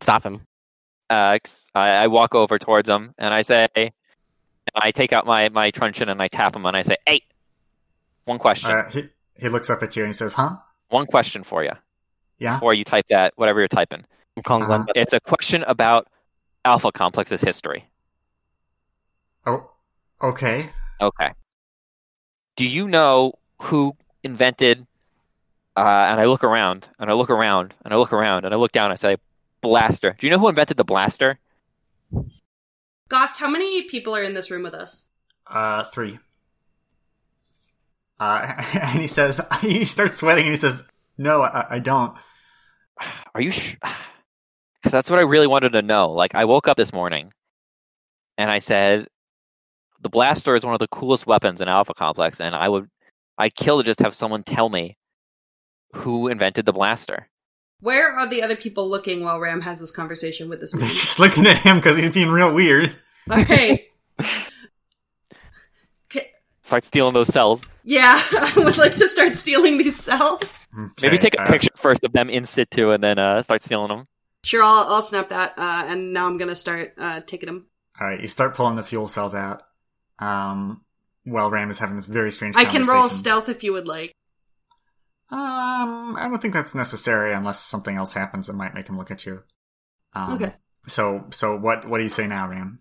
Speaker 2: Stop him.
Speaker 3: Uh, ex- I, I walk over towards him and I say, and I take out my my truncheon and I tap him and I say, hey, one question,
Speaker 1: Uh, he he looks up at you and he says, "Huh?
Speaker 3: one question for you
Speaker 1: Yeah."
Speaker 3: before you type that whatever you're typing.
Speaker 2: I'm calling
Speaker 6: Ah,
Speaker 2: Glenn.
Speaker 1: Uh-huh.
Speaker 3: It's a question about alpha complex's history.
Speaker 1: Oh, okay.
Speaker 3: Okay. Do you know who invented? Uh, and I look around, and I look around, and I look around, and I look down. And I say, "Blaster." Do you know who invented the blaster?
Speaker 6: Goss, how many people are in this room with us?
Speaker 1: Uh, three. Uh, and he says, he starts sweating and he says, "No, I, I don't."
Speaker 3: Are you? Sh- Because that's what I really wanted to know. Like, I woke up this morning, and I said, "The blaster is one of the coolest weapons in Alpha Complex," and I would, I'd kill to just have someone tell me who invented the blaster.
Speaker 6: Where are the other people looking while Ram has this conversation with this
Speaker 1: They're
Speaker 6: man?
Speaker 1: just looking at him because he's being real weird.
Speaker 6: All right.
Speaker 3: Start stealing those cells.
Speaker 6: Yeah, I would like to start stealing these cells.
Speaker 3: Maybe
Speaker 1: Okay,
Speaker 3: take a
Speaker 1: uh,
Speaker 3: picture first of them in situ, and then uh, start stealing them.
Speaker 6: Sure, I'll, I'll snap that. Uh, and now I'm gonna start uh, taking them.
Speaker 1: All right, you start pulling the fuel cells out. Um, while Ram is having this very strange.
Speaker 6: I can roll
Speaker 1: conversation.
Speaker 6: stealth if you would like.
Speaker 1: Um, I don't think that's necessary unless something else happens that might make him look at you. Um,
Speaker 6: Okay.
Speaker 1: So, so what? What do you say now, Ram?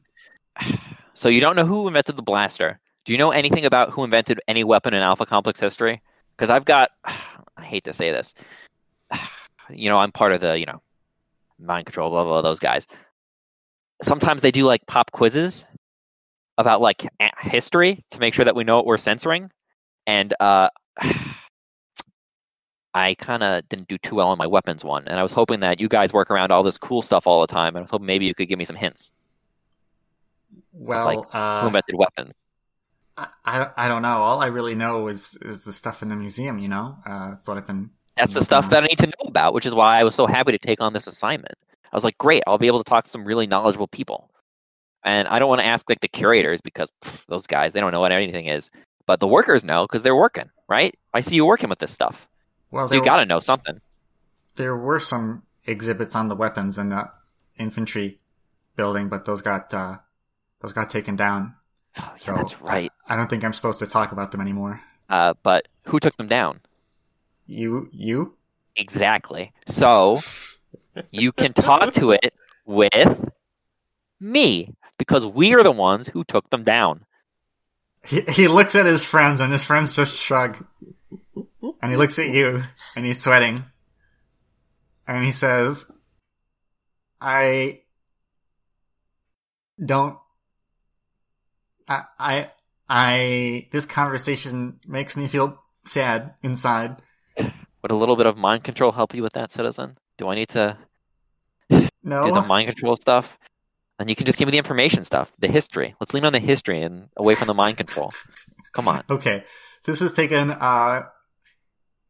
Speaker 3: So you don't know who invented the blaster. Do you know anything about who invented any weapon in Alpha Complex history? Because I've got, I hate to say this, you know, I'm part of the, you know, mind control, blah, blah, blah, those guys. Sometimes they do like pop quizzes about like a- history to make sure that we know what we're censoring. And uh, I kind of didn't do too well on my weapons one. And I was hoping that you guys work around all this cool stuff all the time. And I was hoping maybe you could give me some hints
Speaker 1: Well,
Speaker 3: Like, who
Speaker 1: uh,
Speaker 3: invented weapons.
Speaker 1: I, I I don't know. All I really know is is the stuff in the museum. You know, uh, that's what I've been.
Speaker 3: That's the
Speaker 1: Mhm.
Speaker 3: stuff that I need to know about, which is why I was so happy to take on this assignment. I was like, great, I'll be able to talk to some really knowledgeable people. And I don't want to ask like the curators because pff, those guys, they don't know what anything is. But the workers know because they're working, right? I see you working with this stuff.
Speaker 1: Well,
Speaker 3: So you
Speaker 1: there-
Speaker 3: got to know something.
Speaker 1: there were some exhibits on the weapons in the infantry building, but those got uh, Those got taken down.
Speaker 3: Oh, yeah,
Speaker 1: So
Speaker 3: that's right.
Speaker 1: I don't think I'm supposed to talk about them anymore.
Speaker 3: Uh, but who took them down?
Speaker 1: You, you,
Speaker 3: Exactly. So you can talk to it with me because we are the ones who took them down.
Speaker 1: He, he looks at his friends, and his friends just shrug. And he looks at you, and he's sweating. And he says, I don't. I, I, I, this conversation makes me feel sad inside.
Speaker 3: Would a little bit of mind control help you with that, citizen? Do I need to do the
Speaker 1: No,
Speaker 3: mind control stuff? And you can just give me the information stuff, the history. Let's lean on the history and away from the mind control. Come on.
Speaker 1: okay. This has taken uh,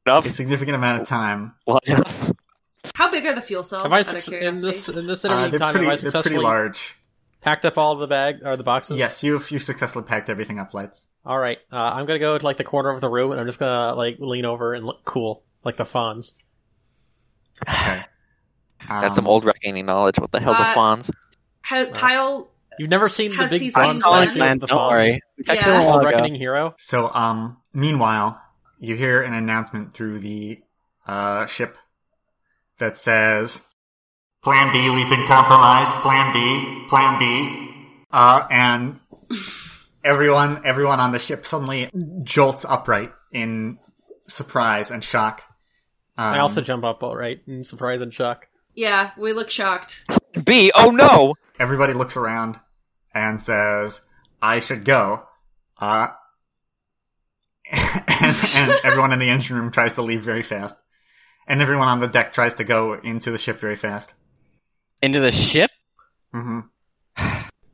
Speaker 3: Enough.
Speaker 1: a significant amount of time.
Speaker 3: Well, enough.
Speaker 6: How big are the fuel cells?
Speaker 4: Have
Speaker 6: out
Speaker 4: I
Speaker 6: of
Speaker 4: suc- in
Speaker 6: curiosity?
Speaker 4: this in this
Speaker 1: Uh,
Speaker 4: interview
Speaker 1: they're
Speaker 4: time
Speaker 1: pretty,
Speaker 4: have I
Speaker 1: they're pretty
Speaker 4: successfully
Speaker 1: large.
Speaker 4: packed up all of the bag or the boxes?
Speaker 1: Yes, you've you've successfully packed everything up, lights.
Speaker 4: All right, uh, I'm gonna go to like the corner of the room, and I'm just gonna like lean over and look cool, like the Fonz.
Speaker 1: Okay.
Speaker 3: That's some
Speaker 1: Um,
Speaker 3: old reckoning knowledge. What the hell, the
Speaker 6: Uh,
Speaker 3: Fonz?
Speaker 6: Has Kyle?
Speaker 4: You've never seen the
Speaker 6: Has
Speaker 4: big
Speaker 6: he
Speaker 4: Fonz
Speaker 6: seen Gone?
Speaker 4: statue
Speaker 2: Man,
Speaker 4: of the
Speaker 2: don't
Speaker 4: Fonz?
Speaker 2: worry. We texted
Speaker 6: Yeah.
Speaker 2: him a
Speaker 4: Old
Speaker 2: while ago.
Speaker 4: reckoning hero.
Speaker 1: So, um, meanwhile, you hear an announcement through the uh, ship that says, "Plan B, we've been compromised. Plan B, Plan B." Uh, and everyone, everyone on the ship suddenly jolts upright in surprise and shock. Um,
Speaker 4: I also jump up, all right, in surprise and shock.
Speaker 6: Yeah, we look shocked.
Speaker 3: B. Oh no.
Speaker 1: everybody looks around and says, "I should go." Uh, and, and everyone in the engine room tries to leave very fast, and everyone on the deck tries to go into the ship very fast.
Speaker 2: Into the ship?
Speaker 1: hmm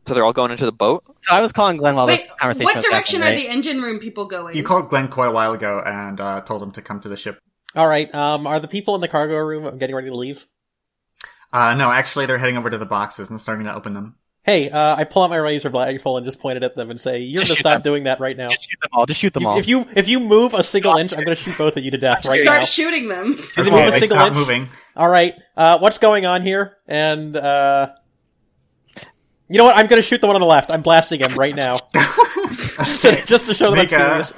Speaker 3: So they're all going into the boat.
Speaker 2: So I was calling Glenn while
Speaker 6: Wait,
Speaker 2: this conversation
Speaker 6: what
Speaker 2: was
Speaker 6: direction
Speaker 2: happening,
Speaker 6: are the engine room people going?
Speaker 1: You called Glenn quite a while ago and uh, told him to come to the ship.
Speaker 4: All right, um, are the people in the cargo room getting ready to leave?
Speaker 1: Uh, no, actually, they're heading over to the boxes and starting to open them.
Speaker 4: Hey, uh, I pull out my razor rifle and just point it at them and say, "You're
Speaker 2: Just
Speaker 4: gonna
Speaker 2: shoot
Speaker 4: stop
Speaker 2: them.
Speaker 4: doing that right now.
Speaker 2: Just shoot them all. Just shoot them
Speaker 4: You-
Speaker 2: all.
Speaker 4: if you if you move a single inch, I'm gonna shoot both of you to death right
Speaker 6: Start
Speaker 4: now."
Speaker 6: shooting them.
Speaker 4: Did they
Speaker 1: Okay,
Speaker 4: move a
Speaker 1: they
Speaker 4: single
Speaker 1: stop
Speaker 4: inch?
Speaker 1: moving.
Speaker 4: All right, uh, what's going on here? And uh, you know what? I'm gonna shoot the one on the left. I'm blasting him right now, just, to, just to show that
Speaker 1: Make
Speaker 4: I'm
Speaker 1: a
Speaker 4: serious.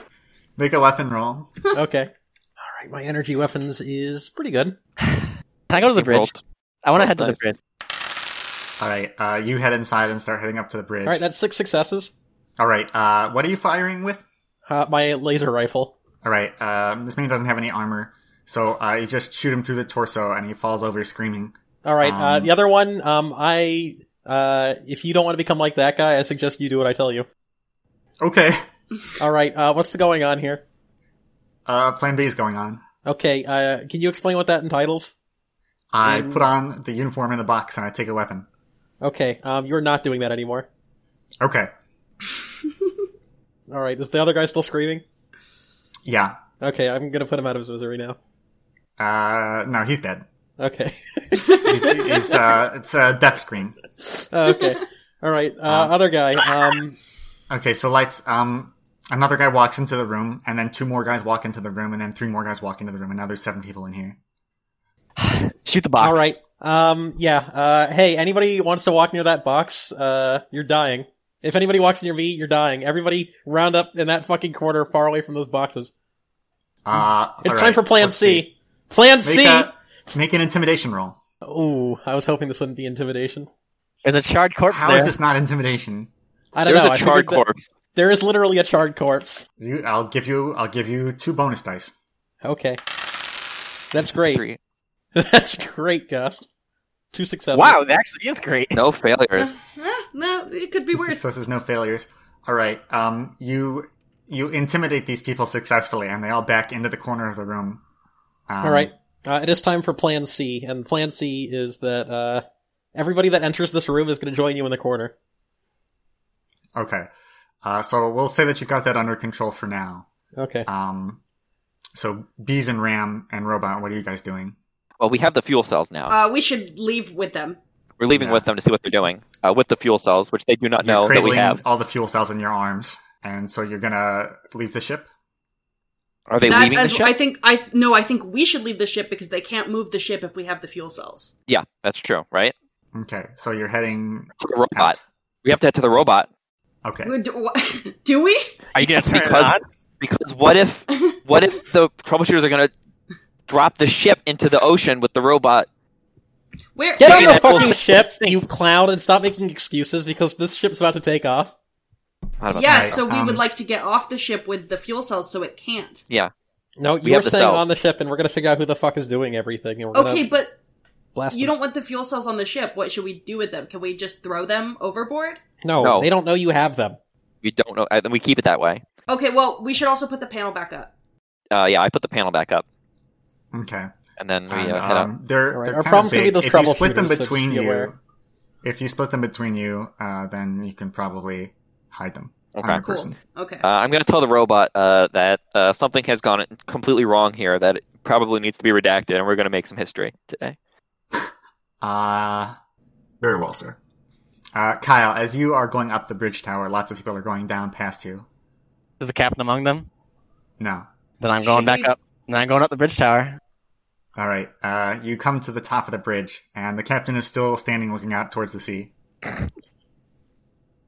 Speaker 1: make a weapon roll.
Speaker 4: Okay. All right, my energy weapons is pretty good.
Speaker 2: Can I go to the
Speaker 3: You
Speaker 2: bridge?
Speaker 3: rolled-
Speaker 2: I want to
Speaker 3: Oh,
Speaker 2: head to the
Speaker 3: nice.
Speaker 2: bridge.
Speaker 1: All right, uh, you head inside and start heading up to the bridge.
Speaker 4: All right, that's six successes.
Speaker 1: All right, uh, what are you firing with?
Speaker 4: Uh, my laser rifle.
Speaker 1: All right. Um, this man doesn't have any armor, so I just shoot him through the torso, and he falls over screaming.
Speaker 4: All right, uh,
Speaker 1: Um,
Speaker 4: the other one. Um, I uh, if you don't want to become like that guy, I suggest you do what I tell you.
Speaker 1: Okay.
Speaker 4: All right, uh, what's going on here?
Speaker 1: Uh, plan B is going on.
Speaker 4: Okay, uh, can you explain what that entitles?
Speaker 1: I
Speaker 4: Um,
Speaker 1: put on the uniform in the box, and I take a weapon.
Speaker 4: Okay, um, you're not doing that anymore.
Speaker 1: Okay.
Speaker 4: All right, is the other guy still screaming?
Speaker 1: Yeah.
Speaker 4: Okay, I'm gonna put him out of his misery now.
Speaker 1: Uh, no, he's dead.
Speaker 4: Okay,
Speaker 1: He's, he's uh, it's a death scream.
Speaker 4: okay, all right. Uh, other guy. Um,
Speaker 1: Okay. So lights. Um, another guy walks into the room, and then two more guys walk into the room, and then three more guys walk into the room, and now there's seven people in here.
Speaker 2: Shoot the box.
Speaker 4: all right. Um, yeah. Uh, hey, anybody wants to walk near that box? Uh, you're dying. If anybody walks near me, you're dying. Everybody round up in that fucking corner, far away from those boxes.
Speaker 1: Uh,
Speaker 4: It's
Speaker 1: all
Speaker 4: time
Speaker 1: right,
Speaker 4: for Plan
Speaker 1: let's
Speaker 4: C. Plan
Speaker 1: see.
Speaker 4: C.
Speaker 1: Make, a- make an intimidation roll.
Speaker 4: Ooh, I was hoping this wouldn't be intimidation.
Speaker 2: There's a charred corpse
Speaker 1: How
Speaker 2: there.
Speaker 1: is this not intimidation?
Speaker 4: I don't
Speaker 3: There's
Speaker 4: know. I
Speaker 3: a charred
Speaker 4: figured that-
Speaker 3: corpse.
Speaker 4: There is literally a charred corpse.
Speaker 1: You, I'll give you. I'll give you two bonus dice.
Speaker 4: Okay. That's great.
Speaker 3: Three.
Speaker 4: That's great, Gus. Two successes.
Speaker 2: Wow, that actually is great.
Speaker 3: No failures.
Speaker 6: Eh, no, it could be
Speaker 1: This is-
Speaker 6: worse.
Speaker 1: This is no failures. All right. Um, you you intimidate these people successfully, and they all back into the corner of the room. Um,
Speaker 4: All right. Uh, it is time for Plan C, and Plan C is that uh, everybody that enters this room is going to join you in the corner.
Speaker 1: Okay. Uh, so we'll say that you've got that under control for now.
Speaker 4: Okay.
Speaker 1: Um, so bees and ram and robot. What are you guys doing?
Speaker 3: Well, we have the fuel cells now.
Speaker 6: Uh, we should leave with them.
Speaker 3: We're leaving
Speaker 1: Yeah.
Speaker 3: with them to see what they're doing uh, with the fuel cells, which they do not know
Speaker 1: you're
Speaker 3: that we
Speaker 1: cradling
Speaker 3: have.
Speaker 1: all the fuel cells in your arms, and so you're gonna leave the ship.
Speaker 3: Are they
Speaker 6: Not
Speaker 3: leaving
Speaker 6: as-
Speaker 3: the ship?
Speaker 6: I think I no, I think we should leave the ship because they can't move the ship if we have the fuel cells.
Speaker 3: Yeah, that's true, right?
Speaker 1: Okay. So you're heading
Speaker 3: To the robot.
Speaker 1: out.
Speaker 3: We have to head to the robot
Speaker 1: Okay.
Speaker 6: We Do, wha- do we?
Speaker 2: Are you gonna turn
Speaker 3: Because-
Speaker 2: it on?
Speaker 3: because what if what if the troubleshooters are gonna drop the ship into the ocean with the robot?
Speaker 6: Where?
Speaker 4: Get
Speaker 3: Yeah,
Speaker 4: on
Speaker 3: yeah,
Speaker 4: the
Speaker 3: we'll
Speaker 4: fucking
Speaker 3: see.
Speaker 4: ship, you clown, and stop making excuses because this ship's about to take off.
Speaker 3: Not about
Speaker 6: yeah,
Speaker 1: Right,
Speaker 6: so we
Speaker 1: um,
Speaker 6: would like to get off the ship with the fuel cells so it can't.
Speaker 4: No,
Speaker 3: We
Speaker 4: you're
Speaker 3: have the
Speaker 4: staying
Speaker 3: cells.
Speaker 4: on the ship, and we're gonna figure out who the fuck is doing everything, and we're
Speaker 6: Okay,
Speaker 4: gonna
Speaker 6: but
Speaker 4: blast
Speaker 6: you
Speaker 4: them.
Speaker 6: don't want the fuel cells on the ship. What should we do with them? Can we just throw them overboard?
Speaker 4: No,
Speaker 3: No.
Speaker 4: they don't know you have them.
Speaker 3: We don't know, and we keep it that way.
Speaker 6: Okay, well, we should also put the panel back up.
Speaker 3: Uh, yeah, I put the panel back up,
Speaker 1: Okay.
Speaker 3: and then we uh,
Speaker 1: And,
Speaker 3: head out.
Speaker 1: um, they're,
Speaker 4: All right,
Speaker 1: they're
Speaker 4: our
Speaker 1: kind
Speaker 4: problem's
Speaker 1: of
Speaker 4: gonna
Speaker 1: big.
Speaker 4: be those
Speaker 1: if you split them
Speaker 4: troubleshooters, so just
Speaker 1: between
Speaker 4: be
Speaker 1: you,
Speaker 4: aware.
Speaker 1: if you split them between you, uh, then you can probably hide them
Speaker 3: Okay.
Speaker 1: on a
Speaker 6: Cool.
Speaker 1: person.
Speaker 6: Okay.
Speaker 3: Uh, I'm going to tell the robot uh, that uh, something has gone completely wrong here. That it probably needs to be redacted, and we're going to make some history today.
Speaker 1: Uh, very well, sir. Uh, Kyle, as you are going up the bridge tower, lots of people are going down past you.
Speaker 2: Is the captain among them?
Speaker 1: No.
Speaker 2: Then I'm going
Speaker 6: Should
Speaker 2: back
Speaker 6: we-
Speaker 2: up. Then I'm going up the bridge tower.
Speaker 1: All right. Uh, you come to the top of the bridge, and the captain is still standing looking out towards the sea.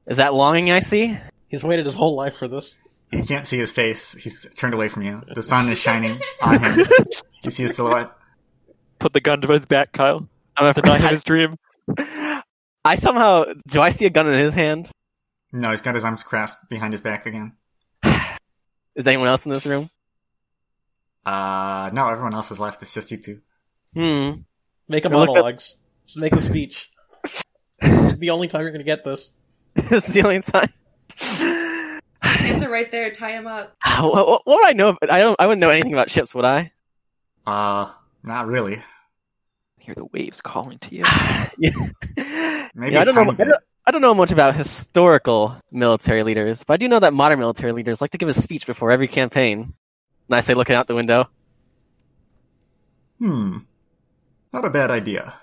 Speaker 2: Is that longing I see?
Speaker 4: He's waited his whole life for this.
Speaker 1: You can't see his face. He's turned away from you. The sun is shining on him. You see his silhouette.
Speaker 3: Put the gun to his back, Kyle.
Speaker 2: I'm
Speaker 3: The knife of
Speaker 2: afraid.
Speaker 3: his dream.
Speaker 2: I somehow do I see a gun in his hand?
Speaker 1: No, he's got his arms crossed behind his back again.
Speaker 2: Is anyone else in this room?
Speaker 1: Uh, no, everyone else has left. It's just you two.
Speaker 2: Hmm.
Speaker 4: Make a
Speaker 2: Look at-
Speaker 4: monologue. S- Just make a speech. the only time you're gonna get this.
Speaker 2: this is the only time.
Speaker 6: His hands are right there. Tie him up.
Speaker 2: what, what would I know? I don't. I wouldn't know anything about ships, would I?
Speaker 1: Uh, not really.
Speaker 3: I hear the waves calling to you.
Speaker 2: Yeah.
Speaker 1: Maybe
Speaker 2: Yeah, I
Speaker 1: a
Speaker 2: don't know.
Speaker 1: tiny
Speaker 2: I
Speaker 1: bit.
Speaker 2: don't, I don't know much about historical military leaders, but I do know that modern military leaders like to give a speech before every campaign. And I say, looking out the window,
Speaker 1: Hmm. Not a bad idea.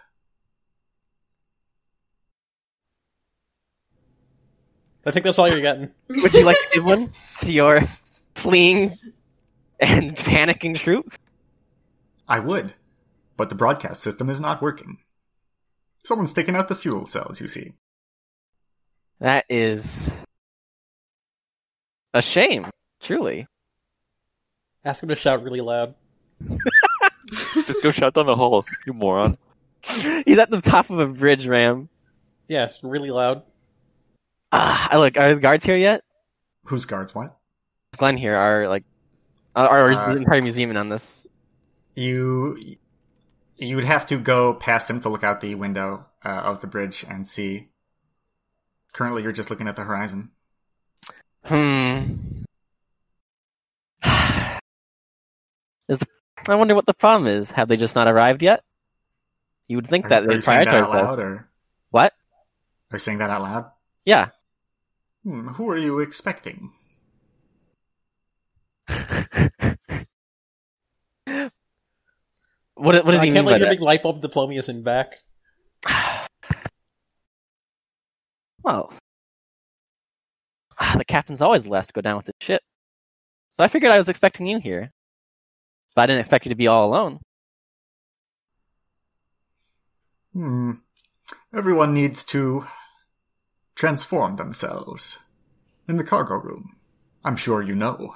Speaker 4: I think that's all you're getting.
Speaker 2: "Would you like to give one to your fleeing and panicking troops?"
Speaker 1: I would, but the broadcast system is not working. Someone's taken out the fuel cells, you see.
Speaker 2: That is a shame, truly.
Speaker 4: Ask him to shout really loud.
Speaker 3: Just go shut down the hole, you moron.
Speaker 2: He's at the top of a bridge, Ram.
Speaker 4: Yeah, really loud.
Speaker 2: Ah, I look. Are the guards here yet?
Speaker 1: Whose guards what?
Speaker 2: Glenn here are like, are is
Speaker 1: Uh,
Speaker 2: the entire museum in on this?
Speaker 1: You. You would have to go past him to look out the window uh, of the bridge and see. Currently, you're just looking at the horizon.
Speaker 2: Hmm. Is the, I wonder what the problem is. Have they just not arrived yet? You would think
Speaker 1: Are,
Speaker 2: that
Speaker 1: are
Speaker 2: they
Speaker 1: you saying that out
Speaker 2: prioritize
Speaker 1: loud,
Speaker 2: this.
Speaker 1: or are
Speaker 2: What?
Speaker 1: you saying that out loud?
Speaker 2: Yeah.
Speaker 1: Hmm, who are you expecting?
Speaker 2: What What does
Speaker 4: I
Speaker 2: he mean
Speaker 4: can't let
Speaker 2: by
Speaker 4: your
Speaker 2: that?
Speaker 4: big light bulb diplomas in back.
Speaker 2: Well, ah, the captain's always the last to go down with the ship. So I figured I was expecting you here, but I didn't expect you to be all alone.
Speaker 1: Hmm. Everyone needs to transform themselves in the cargo room. I'm sure you know.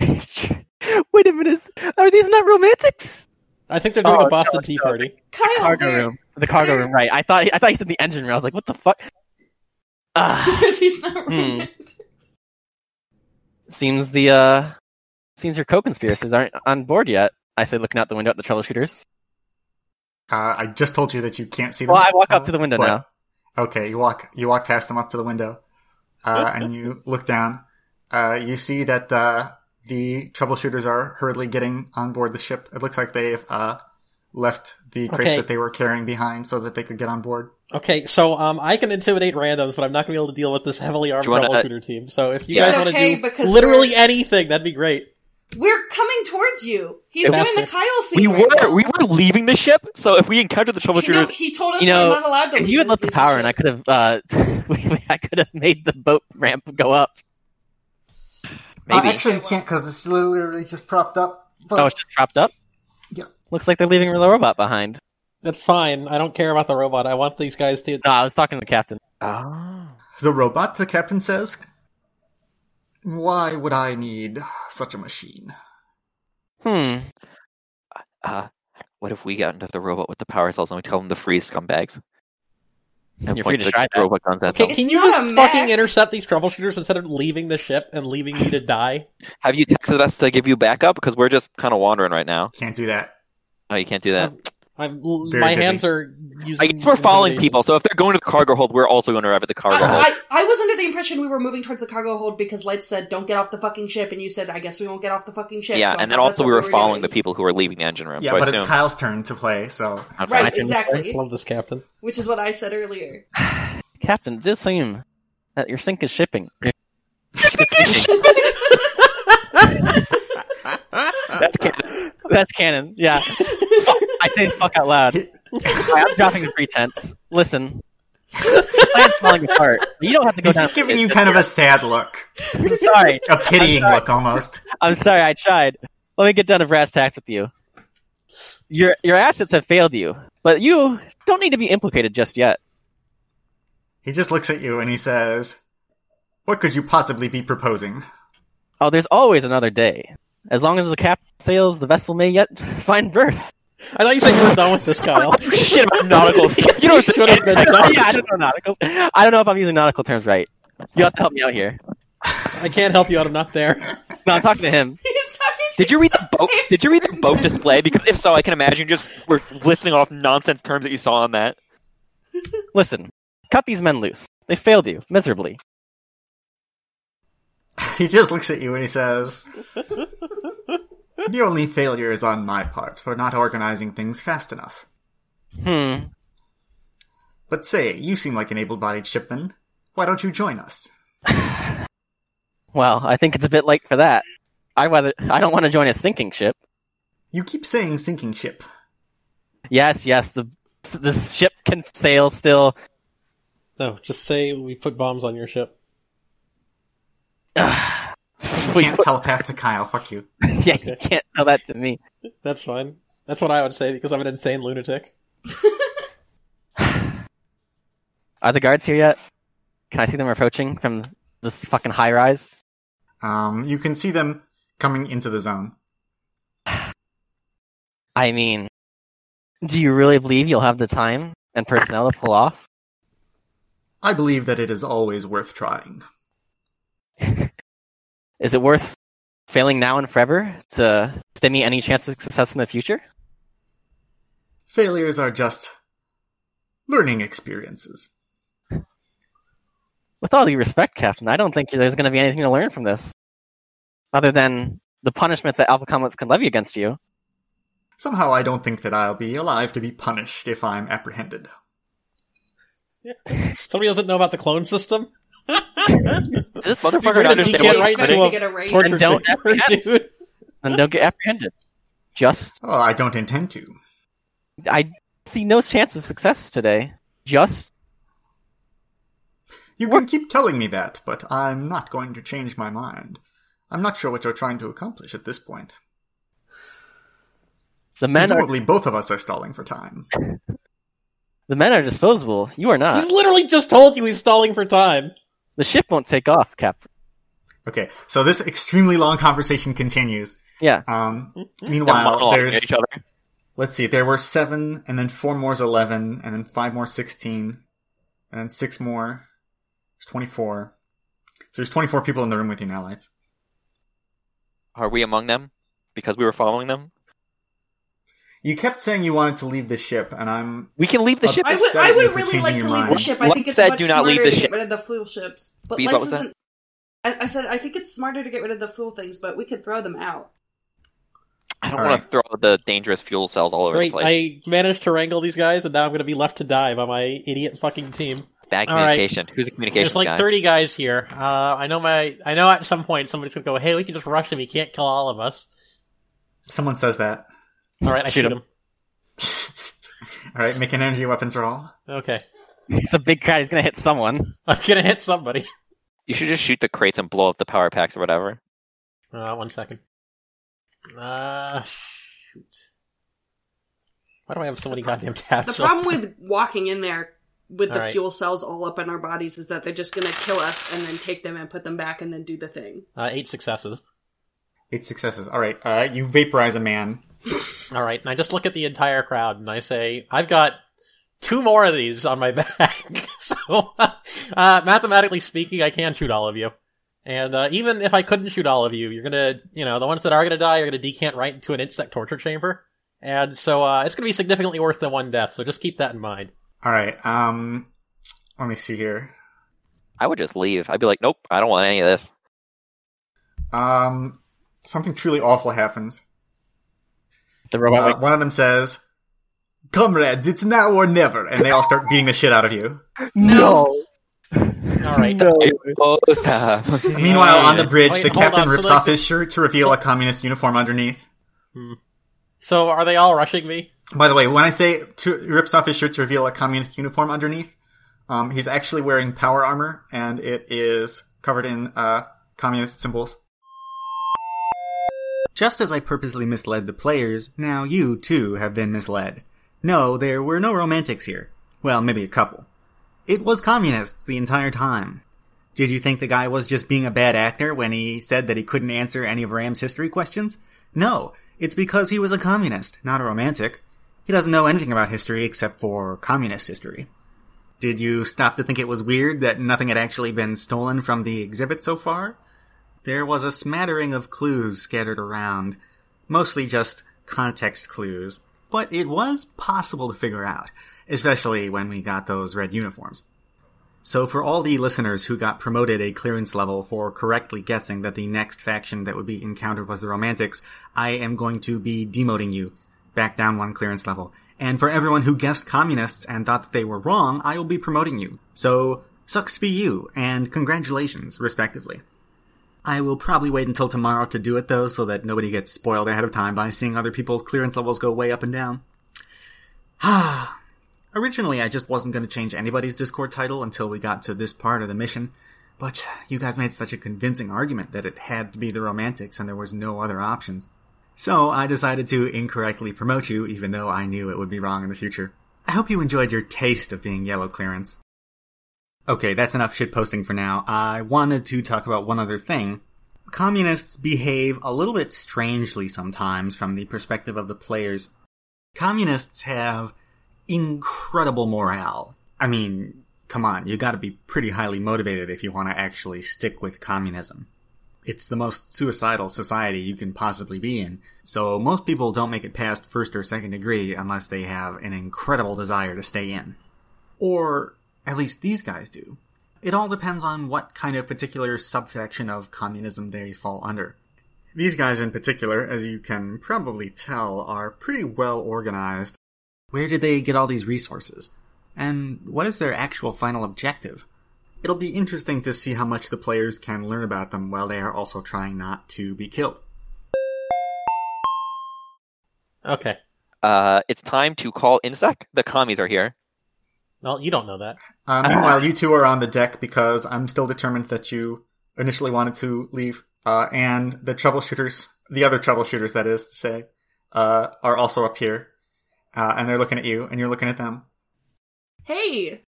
Speaker 2: Wait a minute, is- are these not romantics?
Speaker 4: I think they're doing
Speaker 2: Oh,
Speaker 4: a Boston Tea Party.
Speaker 6: Kyle,
Speaker 2: cargo
Speaker 6: there.
Speaker 2: room. The cargo room, right? I thought I thought you said the engine room. I was like, what the fuck? Ah,
Speaker 6: He's not
Speaker 2: Hmm.
Speaker 6: romantic.
Speaker 2: seems the uh, seems your co-conspirators aren't on board yet. I say, looking out the window at the troubleshooters.
Speaker 1: Uh, I just told you that you can't see them. uh,
Speaker 2: Well, I walk up to the window
Speaker 1: But-
Speaker 2: now.
Speaker 1: Okay, you walk you walk past them up to the window, uh, and you look down. Uh, you see that uh, the troubleshooters are hurriedly getting on board the ship. It looks like they've uh, left the crates
Speaker 4: Okay.
Speaker 1: that they were carrying behind so that they could get on board.
Speaker 4: Okay, so um, I can intimidate randoms, but I'm not gonna be able to deal with this heavily armed
Speaker 3: Do you wanna, uh,
Speaker 4: troubleshooter team. So if you
Speaker 3: Yeah.
Speaker 4: guys
Speaker 6: It's
Speaker 4: want to
Speaker 6: okay,
Speaker 4: do
Speaker 6: because
Speaker 4: literally
Speaker 6: we're-
Speaker 4: anything, that'd be great.
Speaker 6: We're coming towards you. He's
Speaker 4: It
Speaker 6: doing
Speaker 4: was-
Speaker 6: the Kyle scene.
Speaker 3: We
Speaker 6: right
Speaker 3: were
Speaker 6: now.
Speaker 3: we were leaving the ship, so if we encountered the
Speaker 6: He, no,
Speaker 3: troubleshooters,
Speaker 6: he told us
Speaker 2: You know,
Speaker 6: we're not allowed to.
Speaker 2: If
Speaker 6: leave
Speaker 2: you had left the
Speaker 6: leave
Speaker 2: power, and I
Speaker 6: ship.
Speaker 2: could have uh, I could have made the boat ramp go up.
Speaker 6: uh,
Speaker 1: Uh,
Speaker 3: maybe
Speaker 6: actually, you can't
Speaker 1: because it's literally just propped up.
Speaker 2: Oh, it's just propped up.
Speaker 1: Yeah.
Speaker 2: Looks like they're leaving the robot behind.
Speaker 4: That's fine. I don't care about the robot. I want these guys to.
Speaker 2: No, I was talking to the captain.
Speaker 3: Oh.
Speaker 1: The robot, the captain says. Why would I need such a machine?
Speaker 2: Hmm.
Speaker 3: Uh, what if we got into the robot with the power cells and we tell them to freeze scumbags? And
Speaker 2: You're free
Speaker 3: point
Speaker 2: to
Speaker 3: the
Speaker 2: try that.
Speaker 3: robot guns at
Speaker 4: Okay,
Speaker 3: them.
Speaker 6: It's
Speaker 4: can you
Speaker 6: not
Speaker 4: just
Speaker 6: a
Speaker 4: fucking
Speaker 6: mech.
Speaker 4: intercept these troubleshooters instead of leaving the ship and leaving me to die?
Speaker 3: Have you texted us to give you backup? Because we're just kind of wandering right now.
Speaker 1: Can't do that.
Speaker 3: Oh, you can't do that.
Speaker 4: Um, I'm, l-
Speaker 1: Very
Speaker 4: my
Speaker 1: busy.
Speaker 4: hands are using.
Speaker 3: I guess we're following
Speaker 4: intimidation.
Speaker 3: people, so if they're going to the cargo hold, we're also going to arrive at the cargo hold.
Speaker 6: I, I, I was under the impression we were moving towards the cargo hold because Light said, don't get off the fucking ship, and you said, I guess we won't get off the fucking ship.
Speaker 3: yeah,
Speaker 6: so I
Speaker 3: and then
Speaker 6: thought
Speaker 3: also
Speaker 6: that's
Speaker 3: we
Speaker 6: what
Speaker 3: were following
Speaker 6: doing.
Speaker 3: the people who were leaving the engine room.
Speaker 1: Yeah,
Speaker 3: so
Speaker 1: but
Speaker 3: I assume
Speaker 1: it's Kyle's turn to play, so
Speaker 3: Okay.
Speaker 6: Right,
Speaker 2: I didn't
Speaker 6: exactly.
Speaker 4: Love this captain.
Speaker 6: Which is what I said earlier.
Speaker 2: Captain, it does seem that your sink is shipping. That's canon. That's canon. Yeah. Fuck, I say fuck out loud. Alright, I'm dropping the pretense. Listen. The plan's falling apart. You don't have to go
Speaker 1: he's
Speaker 2: down.
Speaker 1: just giving you kind of a sad look,
Speaker 2: I'm sorry.
Speaker 1: a pitying look almost.
Speaker 2: I'm sorry. I tried. Let me get down to brass tacks with you. Your your assets have failed you, but you don't need to be implicated just yet.
Speaker 1: He just looks at you and he says, "What could you possibly be proposing?"
Speaker 2: Oh, there's always another day. As long as the captain sails, the vessel may yet find birth.
Speaker 4: I thought you said you were done with this, Kyle.
Speaker 2: Shit about nauticals. You know,
Speaker 4: should have been done.
Speaker 2: yeah, I don't know nauticals. I don't know if I'm using nautical terms right. You have to help me out here.
Speaker 4: I can't help you out. I'm not there.
Speaker 2: No, I'm talking to him.
Speaker 6: He's talking to
Speaker 3: Did you read the boat?
Speaker 6: himself.
Speaker 3: Did you read the boat display? Because if so, I can imagine you just were listing off nonsense terms that you saw on that.
Speaker 2: Listen, cut these men loose. They failed you miserably.
Speaker 1: He just looks at you and he says, "The only failure is on my part for not organizing things fast enough."
Speaker 2: Hmm.
Speaker 1: But say, you seem like an able-bodied shipman. Why don't you join us?
Speaker 2: Well, I think it's a bit late for that. I rather I don't want to join a sinking ship.
Speaker 1: You keep saying sinking ship.
Speaker 2: Yes, yes, the the ship can sail still.
Speaker 4: No, just say we put bombs on your ship.
Speaker 2: Ugh.
Speaker 1: You
Speaker 2: We
Speaker 1: can't
Speaker 2: put-
Speaker 1: telepath to Kyle. Fuck you.
Speaker 2: yeah, you can't tell that to me.
Speaker 4: That's fine. That's what I would say because I'm an insane lunatic.
Speaker 2: Are the guards here yet? Can I see them approaching from this fucking high rise?
Speaker 1: Um, you can see them coming into the zone.
Speaker 2: I mean, do you really believe you'll have the time and personnel to pull off?
Speaker 1: I believe that it is always worth trying.
Speaker 2: Is it worth failing now and forever to stem any chance of success in the future?
Speaker 1: Failures are just learning experiences.
Speaker 2: With all due respect, Captain, I don't think there's going to be anything to learn from this, other than the punishments that Alpha Comlets can levy against you.
Speaker 1: Somehow I don't think that I'll be alive to be punished if I'm apprehended.
Speaker 4: Somebody doesn't know about the clone system.
Speaker 3: Does this motherfucker
Speaker 4: You
Speaker 3: not
Speaker 4: really
Speaker 3: understand
Speaker 4: can't
Speaker 3: what
Speaker 4: write
Speaker 3: he's
Speaker 6: expects
Speaker 3: putting?
Speaker 4: to a
Speaker 6: to get a raise.
Speaker 4: torture
Speaker 2: don't
Speaker 4: chamber,
Speaker 2: apprehend.
Speaker 4: dude.
Speaker 2: Then don't get apprehended. Just,
Speaker 1: Oh, I don't intend to.
Speaker 2: I see no chance of success today. Just,
Speaker 1: You can keep telling me that, but I'm not going to change my mind. I'm not sure what you're trying to accomplish at this point.
Speaker 2: the men are,
Speaker 1: Presumably, both of us are stalling for time.
Speaker 2: the men are disposable. You are not.
Speaker 4: He's literally just told you he's stalling for time.
Speaker 2: The ship won't take off, Captain.
Speaker 1: Okay, so this extremely long conversation continues.
Speaker 2: Yeah.
Speaker 1: Um,
Speaker 2: Mm-hmm.
Speaker 3: They're
Speaker 1: meanwhile,
Speaker 3: monologuing at
Speaker 1: there's
Speaker 3: each other.
Speaker 1: let's see, there were seven, and then four more's eleven, and then five more sixteen, and then six more. There's twenty-four. So there's twenty-four people in the room with you now, lights.
Speaker 3: Are we among them? Because we were following them.
Speaker 1: You kept saying you wanted to leave the ship, and I'm
Speaker 3: We can leave the ship.
Speaker 6: I
Speaker 1: Upset
Speaker 6: would, I
Speaker 1: you
Speaker 6: would
Speaker 1: for
Speaker 6: really
Speaker 1: changing
Speaker 6: like
Speaker 1: your
Speaker 6: to leave the
Speaker 1: mind.
Speaker 6: ship. I
Speaker 3: What
Speaker 6: think it's
Speaker 3: said
Speaker 6: much
Speaker 3: do not leave
Speaker 6: smarter
Speaker 3: the
Speaker 6: to
Speaker 3: ship?
Speaker 6: get rid of the fuel ships. But
Speaker 3: Please,
Speaker 6: Lex
Speaker 3: what was that?
Speaker 6: isn't. I, I said I think it's smarter to get rid of the fuel things, but we could throw them out.
Speaker 3: I don't
Speaker 1: All
Speaker 3: want to throw the dangerous fuel cells all over
Speaker 4: Great,
Speaker 3: the place.
Speaker 4: I managed to wrangle these guys, and now I'm going to be left to die by my idiot fucking team.
Speaker 3: Bad
Speaker 4: all right.
Speaker 3: communication. Who's the communication
Speaker 4: There's like
Speaker 3: guy?
Speaker 4: 30 guys here. Uh, I know my. I know at some point somebody's going to go, "Hey, we can just rush him. He can't kill all of us."
Speaker 1: someone says that.
Speaker 4: All right, I
Speaker 2: Shoot
Speaker 4: shoot,
Speaker 2: him.
Speaker 4: him.
Speaker 1: All right, make an energy weapons roll.
Speaker 4: Okay,
Speaker 2: It's a big crowd. He's going to hit someone.
Speaker 4: I'm going to hit somebody.
Speaker 3: You should just shoot the crates and blow up the power packs or whatever.
Speaker 4: Uh, one second. Uh, shoot. Why do I have so many goddamn tabs? Uh,
Speaker 6: The
Speaker 4: open?
Speaker 6: problem with walking in there with the
Speaker 4: Alright.
Speaker 6: fuel cells all up in our bodies is that they're just going to kill us and then take them and put them back and then do the thing.
Speaker 4: uh, eight successes.
Speaker 1: Eight successes. All right. Uh, you vaporize a man.
Speaker 4: All right, and I just look at the entire crowd and I say, I've got two more of these on my back. so, uh, mathematically speaking, I can shoot all of you. And uh, even if I couldn't shoot all of you, you're gonna, you know, the ones that are gonna die are gonna decant right into an insect torture chamber. And so uh, it's gonna be significantly worse than one death. So just keep that in mind.
Speaker 1: All right. Um, let me see here.
Speaker 3: I would just leave. I'd be like, nope, I don't want any of this.
Speaker 1: Um, something truly awful happens.
Speaker 7: The robot
Speaker 1: Uh, one of them says, "Comrades, it's now or never," and they all start beating the shit out of you.
Speaker 7: no.
Speaker 4: All right.
Speaker 3: Oh, stop.
Speaker 1: Meanwhile, on the bridge,
Speaker 4: Wait,
Speaker 1: the
Speaker 4: hold
Speaker 1: captain
Speaker 4: on, so
Speaker 1: rips
Speaker 4: like
Speaker 1: off
Speaker 4: the-
Speaker 1: his shirt to reveal a communist uniform underneath.
Speaker 4: So are they all rushing me?
Speaker 1: By the way, when I say to, rips off his shirt to reveal a communist uniform underneath, um, he's actually wearing power armor, and it is covered in uh, communist symbols. Just as I purposely misled the players, now you too have been misled. No, there were no romantics here. Well, maybe a couple. It was communists the entire time. Did you think the guy was just being a bad actor when he said that he couldn't answer any of Ram's history questions? No, it's because he was a communist, not a romantic. He doesn't know anything about history except for communist history. Did you stop to think it was weird that nothing had actually been stolen from the exhibit so far? There was a smattering of clues scattered around, mostly just context clues, but it was possible to figure out, especially when we got those red uniforms. So for all the listeners who got promoted a clearance level for correctly guessing that the next faction that would be encountered was the Romantics, I am going to be demoting you back down one clearance level. And for everyone who guessed communists and thought that they were wrong, I will be promoting you. So sucks to be you and congratulations, respectively. I will probably wait until tomorrow to do it though, so that nobody gets spoiled ahead of time by seeing other people's clearance levels go way up and down. Ah, Originally, I just wasn't going to change anybody's Discord title until we got to this part of the mission, but you guys made such a convincing argument that it had to be the Romantics and there was no other options. So I decided to incorrectly promote you, even though I knew it would be wrong in the future. I hope you enjoyed your taste of being yellow clearance. Okay, that's enough shitposting for now. I wanted to talk about one other thing. Communists behave a little bit strangely sometimes from the perspective of the players. Communists have incredible morale. I mean, come on, you gotta be pretty highly motivated if you wanna actually stick with communism. It's the most suicidal society you can possibly be in, so most people don't make it past first or second degree unless they have an incredible desire to stay in. Or, at least these guys do. It all depends on what kind of particular subfaction of communism they fall under. These guys in particular, as you can probably tell, are pretty well organized where did they get all these resources? And what is their actual final objective? It'll be interesting to see how much the players can learn about them while they are also trying not to be killed.
Speaker 4: Okay.
Speaker 3: Uh, it's time to call Insect. The commies are here.
Speaker 4: Well, you don't know that.
Speaker 1: Uh, meanwhile, you two are on the deck because I'm still determined that you initially wanted to leave, uh, and the troubleshooters, the other troubleshooters, that is to say, uh, are also up here, uh, and they're looking at you, and you're looking at them.
Speaker 6: Hey,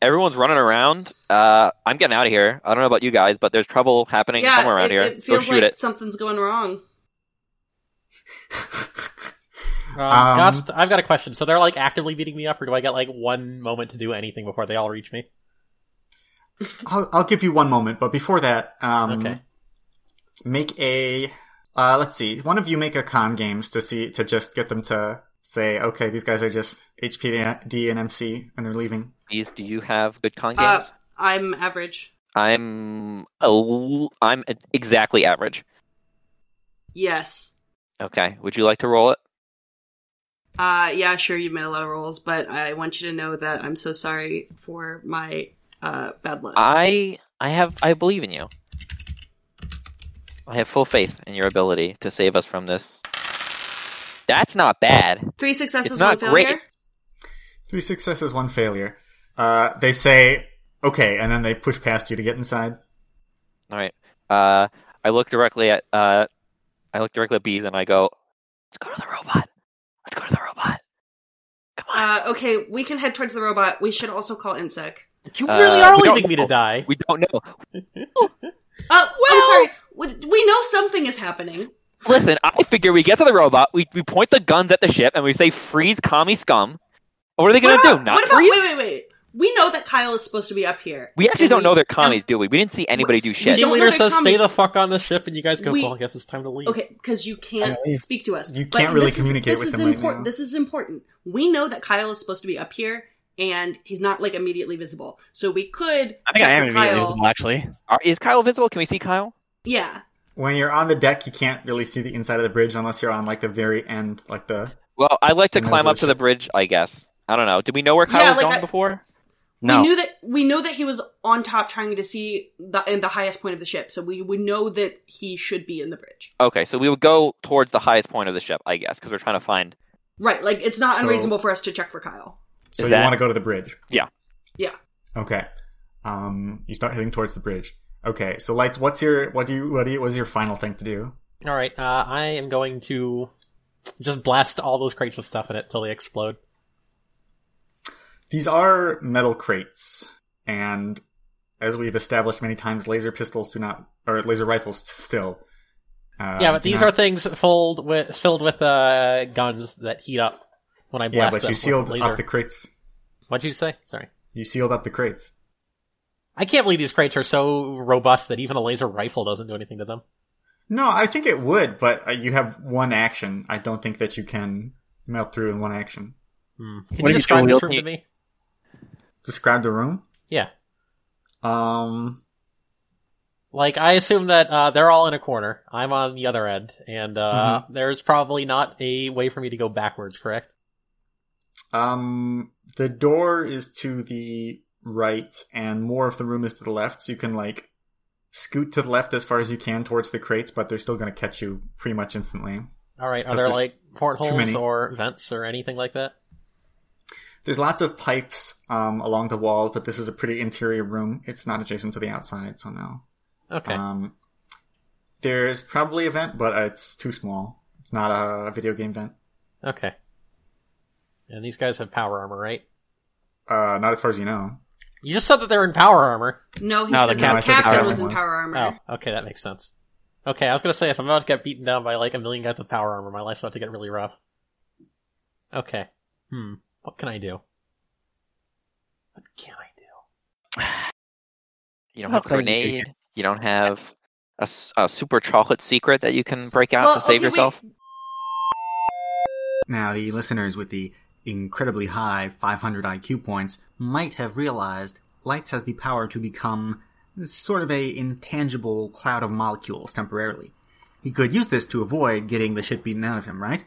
Speaker 3: Everyone's running around. Uh, I'm getting out of here. I don't know about you guys, but there's trouble happening
Speaker 6: yeah,
Speaker 3: somewhere around
Speaker 6: it,
Speaker 3: here.
Speaker 6: it
Speaker 3: Go
Speaker 6: feels
Speaker 3: shoot
Speaker 6: like
Speaker 3: it.
Speaker 6: something's going wrong.
Speaker 4: Um,
Speaker 1: Um,
Speaker 4: Gust, I've got a question. So they're like actively beating me up, or do I get like one moment to do anything before they all reach me?
Speaker 1: I'll, I'll give you one moment, but before that, um,
Speaker 4: Okay.
Speaker 1: make a. Uh, let's see. One of you make a con games to see to just get them to say, okay, these guys are just HPD and MC, and they're leaving.
Speaker 3: Please, do you have good con
Speaker 6: Uh,
Speaker 3: games?
Speaker 6: I'm average.
Speaker 3: I'm a l- I'm exactly average.
Speaker 6: Yes.
Speaker 3: Okay. Would you like to roll it?
Speaker 6: Uh, yeah, sure, you've made a lot of rolls, but I want you to know that I'm so sorry for my uh, bad luck.
Speaker 3: I I have I believe in you. I have full faith in your ability to save us from this. That's not bad.
Speaker 6: Three successes,
Speaker 3: it's not
Speaker 6: one failure.
Speaker 3: great.
Speaker 1: Three successes, one failure. Uh, they say, okay, and then they push past you to get inside.
Speaker 3: All right. Uh, I look directly at uh, I look directly at bees and I go, Let's go to the robot. Let's go to the robot. Come on.
Speaker 6: Uh, okay, we can head towards the robot. We should also call InSec.
Speaker 4: You
Speaker 3: Uh,
Speaker 4: really
Speaker 3: we
Speaker 4: are
Speaker 3: don't
Speaker 4: leaving me to
Speaker 3: know.
Speaker 4: die.
Speaker 3: we don't know.
Speaker 6: Oh, I'm sorry. We, we know something is happening.
Speaker 3: Listen, I figure we get to the robot, we, we point the guns at the ship, and we say, freeze commie scum. What are they going
Speaker 6: What
Speaker 3: to
Speaker 6: about-
Speaker 3: do? Not
Speaker 6: what about,
Speaker 3: freeze?
Speaker 6: wait, wait, wait. We know that Kyle is supposed to be up here.
Speaker 3: We actually
Speaker 6: And
Speaker 3: don't
Speaker 6: we-
Speaker 3: know they're commies, do we? We didn't see anybody do shit.
Speaker 6: don't
Speaker 4: Team
Speaker 6: know
Speaker 4: leader
Speaker 6: their
Speaker 4: says, "Stay
Speaker 6: commies."
Speaker 4: the fuck on the ship," and you guys go.
Speaker 6: We-
Speaker 4: well, I guess it's time to leave.
Speaker 6: Okay, because you can't speak to us.
Speaker 1: You can't really
Speaker 6: this is-
Speaker 1: communicate
Speaker 6: this
Speaker 1: with
Speaker 6: is
Speaker 1: him right
Speaker 6: important.
Speaker 1: now.
Speaker 6: This is important. We know that Kyle is supposed to be up here, and he's not like immediately visible. So we could.
Speaker 7: I think I am
Speaker 6: check for
Speaker 7: immediately
Speaker 6: Kyle.
Speaker 7: visible, actually.
Speaker 3: Are, is Kyle visible? Can we see Kyle?
Speaker 6: Yeah.
Speaker 1: When you're on the deck, you can't really see the inside of the bridge unless you're on like the very end, like the.
Speaker 3: Well, I'd like to
Speaker 1: Who knows
Speaker 3: climb up
Speaker 1: that
Speaker 3: to the
Speaker 1: shit?
Speaker 3: bridge, I guess. I don't know. Did we know where Kyle
Speaker 6: Yeah,
Speaker 3: was
Speaker 6: like
Speaker 3: going
Speaker 6: I-
Speaker 3: before?
Speaker 7: No.
Speaker 6: We knew that we know that he was on top trying to see the in the highest point of the ship, so we would know that he should be in the bridge.
Speaker 3: Okay, so we would go towards the highest point of the ship, I guess, because we're trying to find.
Speaker 6: Right, like it's not
Speaker 1: So-
Speaker 6: unreasonable for us to check for Kyle.
Speaker 1: So
Speaker 3: Is
Speaker 1: you
Speaker 3: that-
Speaker 1: want to go to the bridge?
Speaker 3: Yeah.
Speaker 6: Yeah.
Speaker 1: Okay. Um, you start heading towards the bridge. Okay. So lights, what's your what do you what do you, what's your final thing to do?
Speaker 4: All right, uh, I am going to just blast all those crates with stuff in it till they explode.
Speaker 1: These are metal crates, and as we've established many times, laser pistols do not, or laser rifles still. Uh,
Speaker 4: yeah, but
Speaker 1: do
Speaker 4: these
Speaker 1: not-
Speaker 4: are things filled with filled with uh, guns that heat up when I blast
Speaker 1: yeah, but
Speaker 4: them
Speaker 1: you
Speaker 4: with
Speaker 1: sealed
Speaker 4: the laser.
Speaker 1: up the crates.
Speaker 4: What'd you say? Sorry,
Speaker 1: You sealed up the crates.
Speaker 4: I can't believe these crates are so robust that even a laser rifle doesn't do anything to them.
Speaker 1: No, I think it would, but uh, you have one action. I don't think that you can melt through in one action.
Speaker 4: Hmm.
Speaker 7: What
Speaker 4: Can you
Speaker 7: if you
Speaker 4: describe
Speaker 7: throw
Speaker 4: this
Speaker 7: a
Speaker 4: room
Speaker 7: wheel
Speaker 4: to me?
Speaker 1: Describe the room.
Speaker 4: Yeah,
Speaker 1: Um,
Speaker 4: like I assume that uh, they're all in a corner. I'm on the other end, and uh,
Speaker 1: Mm-hmm.
Speaker 4: there's probably not a way for me to go backwards. Correct?
Speaker 1: um, the door is to the right, and more of the room is to the left. So you can like scoot to the left as far as you can towards the crates, but they're still going to catch you pretty much instantly.
Speaker 4: All right. Are
Speaker 1: That's
Speaker 4: there
Speaker 1: just
Speaker 4: like
Speaker 1: many.
Speaker 4: portholes or vents or anything like that?
Speaker 1: There's lots of pipes um, along the wall, but this is a pretty interior room. It's not adjacent to the outside, so no.
Speaker 4: Okay.
Speaker 1: Um, there's probably a vent, but uh, it's too small. It's not a video game vent.
Speaker 4: Okay. And these guys have power armor, right?
Speaker 1: Uh, not as far as you know.
Speaker 4: You just said that they're in power armor.
Speaker 6: No, he
Speaker 7: No,
Speaker 6: said
Speaker 7: the
Speaker 1: cap-
Speaker 6: that
Speaker 1: no, I
Speaker 6: the
Speaker 1: said the
Speaker 6: captain
Speaker 1: captain
Speaker 6: was in
Speaker 1: was.
Speaker 6: power armor.
Speaker 4: Oh, okay, that makes sense. Okay, I was gonna say if I'm about to get beaten down by like a million guys with power armor, my life's about to get really rough. Okay. Hmm. What can I do? What can I do?
Speaker 3: You don't
Speaker 7: How
Speaker 6: Oh,
Speaker 3: have a
Speaker 7: can we do
Speaker 3: grenade. You don't have a, s- a super chocolate secret that you can break out
Speaker 6: Well,
Speaker 3: to save
Speaker 6: okay, wait.
Speaker 3: yourself.
Speaker 1: Now, the listeners with the incredibly high 500 IQ points might have realized Lights has the power to become sort of a intangible cloud of molecules temporarily. He could use this to avoid getting the shit beaten out of him, right?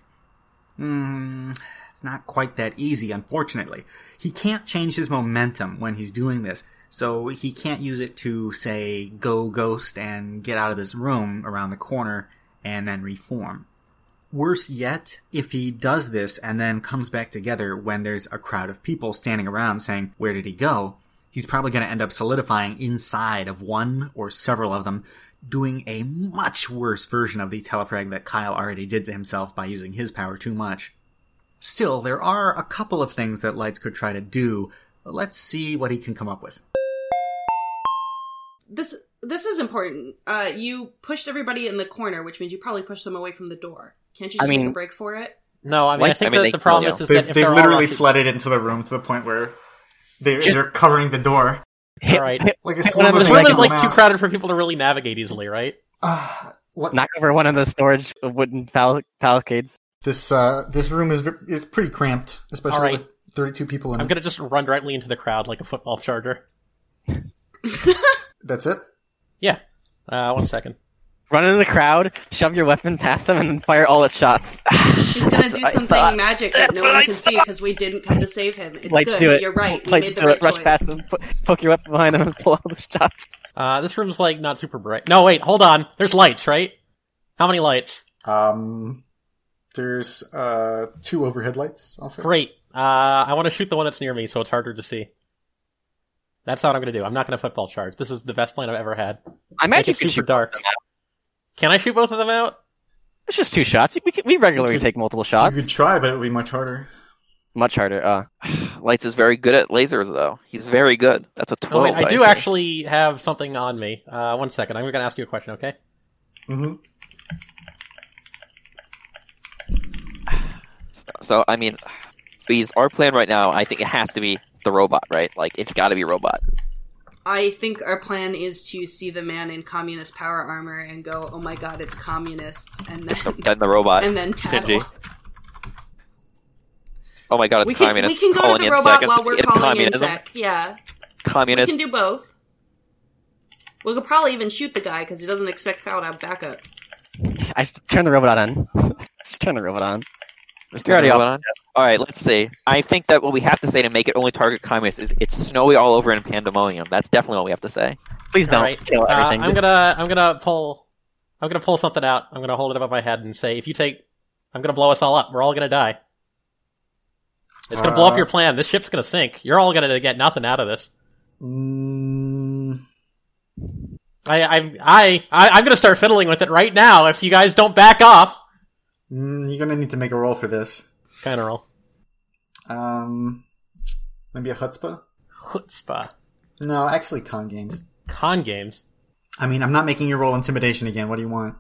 Speaker 1: Hmm, it's not quite that easy, unfortunately. He can't change his momentum when he's doing this, so he can't use it to, say, go ghost and get out of this room around the corner and then reform. Worse yet, if he does this and then comes back together when there's a crowd of people standing around saying, Where did he go? He's probably going to end up solidifying inside of one or several of them, doing a much worse version of the telefrag that Kyle already did to himself by using his power too much. Still, there are a couple of things that Lights could try to do. Let's see what he can come up with.
Speaker 6: This this is important. Uh, you pushed everybody in the corner, which means you probably pushed them away from the door. Can't you
Speaker 7: I
Speaker 6: just take a
Speaker 7: mean-
Speaker 6: break for it?
Speaker 4: No, I mean I
Speaker 3: Like-
Speaker 4: think
Speaker 3: I mean,
Speaker 4: that
Speaker 3: they
Speaker 4: the
Speaker 3: can
Speaker 4: problem
Speaker 3: yell.
Speaker 4: is, is
Speaker 1: They,
Speaker 4: that if
Speaker 1: they
Speaker 4: they're
Speaker 1: literally
Speaker 4: all rushing-
Speaker 1: flooded into the room to the point where they're,
Speaker 7: Just-
Speaker 1: they're covering the door
Speaker 7: Hit-
Speaker 4: All right.
Speaker 7: hit-
Speaker 1: like a
Speaker 7: Hey,
Speaker 1: swarm
Speaker 7: one of
Speaker 1: of
Speaker 4: this
Speaker 7: those
Speaker 4: room
Speaker 7: like
Speaker 4: is
Speaker 1: tentacle
Speaker 4: like too
Speaker 1: mouse.
Speaker 4: crowded for people to really navigate easily, right?
Speaker 1: Ah, what-
Speaker 7: knock over one of the storage
Speaker 2: uh,
Speaker 7: wooden pal- palisades.
Speaker 1: This uh, this room is ver- is pretty cramped, especially
Speaker 4: All right.
Speaker 1: with thirty two people in
Speaker 4: I'm
Speaker 1: it.
Speaker 4: gonna just run directly into the crowd like a football charger.
Speaker 1: That's it.
Speaker 4: Yeah. Uh, one second.
Speaker 7: Run into the crowd, shove your weapon past them, and then fire all its shots.
Speaker 6: He's gonna do
Speaker 3: I
Speaker 6: something
Speaker 3: thought.
Speaker 6: magic that
Speaker 7: That's
Speaker 6: no
Speaker 7: what
Speaker 6: one
Speaker 7: I
Speaker 6: can see because we didn't come to save him. It's
Speaker 7: Lights
Speaker 6: good.
Speaker 7: do it.
Speaker 6: You're right. We
Speaker 7: Lights
Speaker 6: made the
Speaker 7: do
Speaker 6: right
Speaker 7: it. Rush
Speaker 6: choice.
Speaker 7: past them, po- poke your weapon behind them, and pull all the shots.
Speaker 4: Uh, this room's like not super bright. No, wait, hold on. There's lights, right? How many lights?
Speaker 1: Um, there's uh two overhead lights. Also,
Speaker 4: Great. Uh, I want to shoot the one that's near me, so it's harder to see. That's not what I'm gonna do. I'm not gonna football charge. This is the best plan I've ever had.
Speaker 7: I
Speaker 4: Make
Speaker 7: imagine
Speaker 4: it
Speaker 7: you could
Speaker 4: super
Speaker 7: shoot.
Speaker 4: dark. Can I shoot both of them out?
Speaker 2: It's just two shots. We can, we regularly
Speaker 5: could-
Speaker 2: take multiple
Speaker 5: You
Speaker 2: shots.
Speaker 5: could try, but it would be much harder.
Speaker 2: Much harder. Uh,
Speaker 3: Lights is very good at lasers, though. He's very good. That's a
Speaker 4: Oh,
Speaker 3: twelve.
Speaker 4: wait, I do
Speaker 3: see.
Speaker 4: actually have something on me. Uh, one second. I'm going to ask you a question, okay?
Speaker 5: hmm
Speaker 3: So I mean, please, our plan right now. I think it has to be the robot, right? Like it's got to be robot.
Speaker 6: I think our plan is to see the man in communist power armor and go, "Oh my god, it's communists!" and
Speaker 3: So
Speaker 6: then
Speaker 3: then the robot.
Speaker 6: and then tattle.
Speaker 3: Shinji. oh my god, it's
Speaker 6: We can
Speaker 3: communist.
Speaker 6: we can go
Speaker 3: calling
Speaker 6: to the
Speaker 3: in
Speaker 6: robot
Speaker 3: seconds.
Speaker 6: while we're
Speaker 3: it's
Speaker 6: calling in
Speaker 3: communism.
Speaker 6: Zek. Yeah, we
Speaker 3: Communist.
Speaker 6: can do both. We could probably even shoot the guy because he doesn't expect Kyle to have backup.
Speaker 2: I just turn the robot on. just turn the robot on.
Speaker 3: Mr.
Speaker 2: You're already
Speaker 3: Robot on? All right, let's see. I think that what we have to say to make it only target communists is it's snowy all over in pandemonium. That's definitely what we have to say.
Speaker 2: Please don't
Speaker 4: All right.
Speaker 2: kill
Speaker 4: Uh,
Speaker 2: everything.
Speaker 4: I'm
Speaker 2: Just-
Speaker 4: gonna I'm gonna pull I'm gonna pull something out. I'm gonna hold it above my head and say, if you take, I'm gonna blow us all up. We're all gonna die. It's gonna blow up
Speaker 8: Uh.
Speaker 4: your plan. This ship's gonna sink. You're all gonna get nothing out of this.
Speaker 5: Mm,
Speaker 4: I I I, I I'm gonna start fiddling with it right now. If you guys don't back off,
Speaker 5: mm, you're gonna need to make a roll for this.
Speaker 4: kind of roll.
Speaker 5: Um, maybe a chutzpah?
Speaker 4: Chutzpah.
Speaker 5: No, actually, con games.
Speaker 4: Con games.
Speaker 5: I mean, I'm not making you roll intimidation again. What do you want?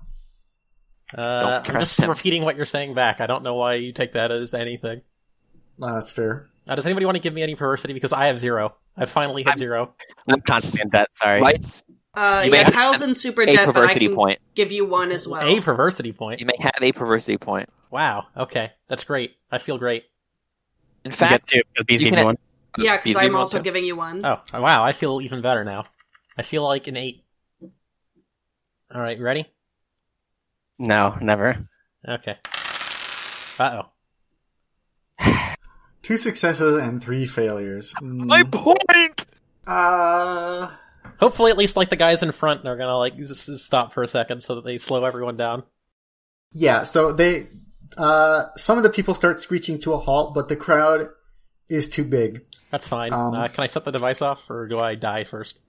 Speaker 4: Uh,
Speaker 3: Don't
Speaker 4: I'm just
Speaker 3: trust him.
Speaker 4: repeating what you're saying back. I don't know why you take that as anything.
Speaker 5: Uh, that's fair.
Speaker 4: Uh, does anybody want to give me any perversity? Because I have zero. I finally hit zero.
Speaker 2: I'm constantly in debt. Sorry.
Speaker 3: Lights
Speaker 6: Uh,
Speaker 3: You may
Speaker 6: yeah,
Speaker 3: have
Speaker 6: Kyle's in super
Speaker 3: a
Speaker 6: debt, but I
Speaker 3: perversity
Speaker 6: can
Speaker 3: point.
Speaker 6: give you one as well.
Speaker 4: A perversity point.
Speaker 3: You may have a perversity point.
Speaker 4: Wow. Okay. That's great. I feel great.
Speaker 3: In
Speaker 2: You get
Speaker 3: fact,
Speaker 2: two because B's
Speaker 3: you
Speaker 2: gave me
Speaker 3: can-
Speaker 2: one.
Speaker 6: yeah, because
Speaker 3: Please
Speaker 6: I'm
Speaker 3: leave
Speaker 6: also
Speaker 3: one, too.
Speaker 6: giving you one.
Speaker 4: Oh, wow. I feel even better now. I feel like an eight. All right. you Ready?
Speaker 2: No, never.
Speaker 4: Okay. Uh oh.
Speaker 5: Two successes and three failures. Mm,
Speaker 3: my point.
Speaker 5: uh,
Speaker 4: Hopefully, at least like the guys in front are gonna like s- s- stop for a second so that they slow everyone down.
Speaker 5: yeah. So they, uh, some of the people start screeching to a halt, but the crowd is too big.
Speaker 4: That's fine.
Speaker 5: Um.
Speaker 4: uh, can I set the device off, or do I die first?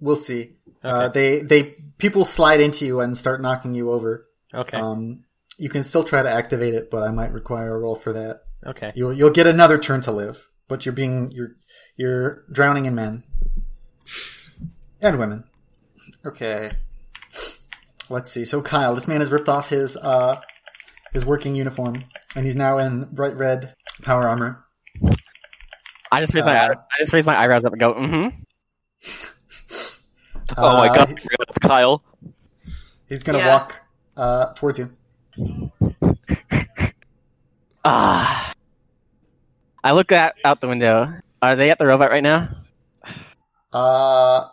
Speaker 5: We'll see. Uh,
Speaker 4: Okay.
Speaker 5: they they people slide into you and start knocking you over.
Speaker 4: Okay.
Speaker 5: Um, you can still try to activate it, but I might require a roll for that.
Speaker 4: okay.
Speaker 5: You'll you'll get another turn to live, but you're being you're you're drowning in men and women. Okay, let's see. So Kyle, this man has ripped off his uh his working uniform, and he's now in bright red power armor.
Speaker 2: I just raised my
Speaker 5: Uh,
Speaker 2: eyebrows. I just raised my eyebrows up and go. Mm-hmm.
Speaker 3: Oh my
Speaker 5: Uh,
Speaker 3: god, I forgot it's Kyle.
Speaker 5: He's gonna
Speaker 6: Yeah.
Speaker 5: walk uh towards you.
Speaker 2: Ah. I look at, out the window. Are they at the robot right now?
Speaker 5: Uh,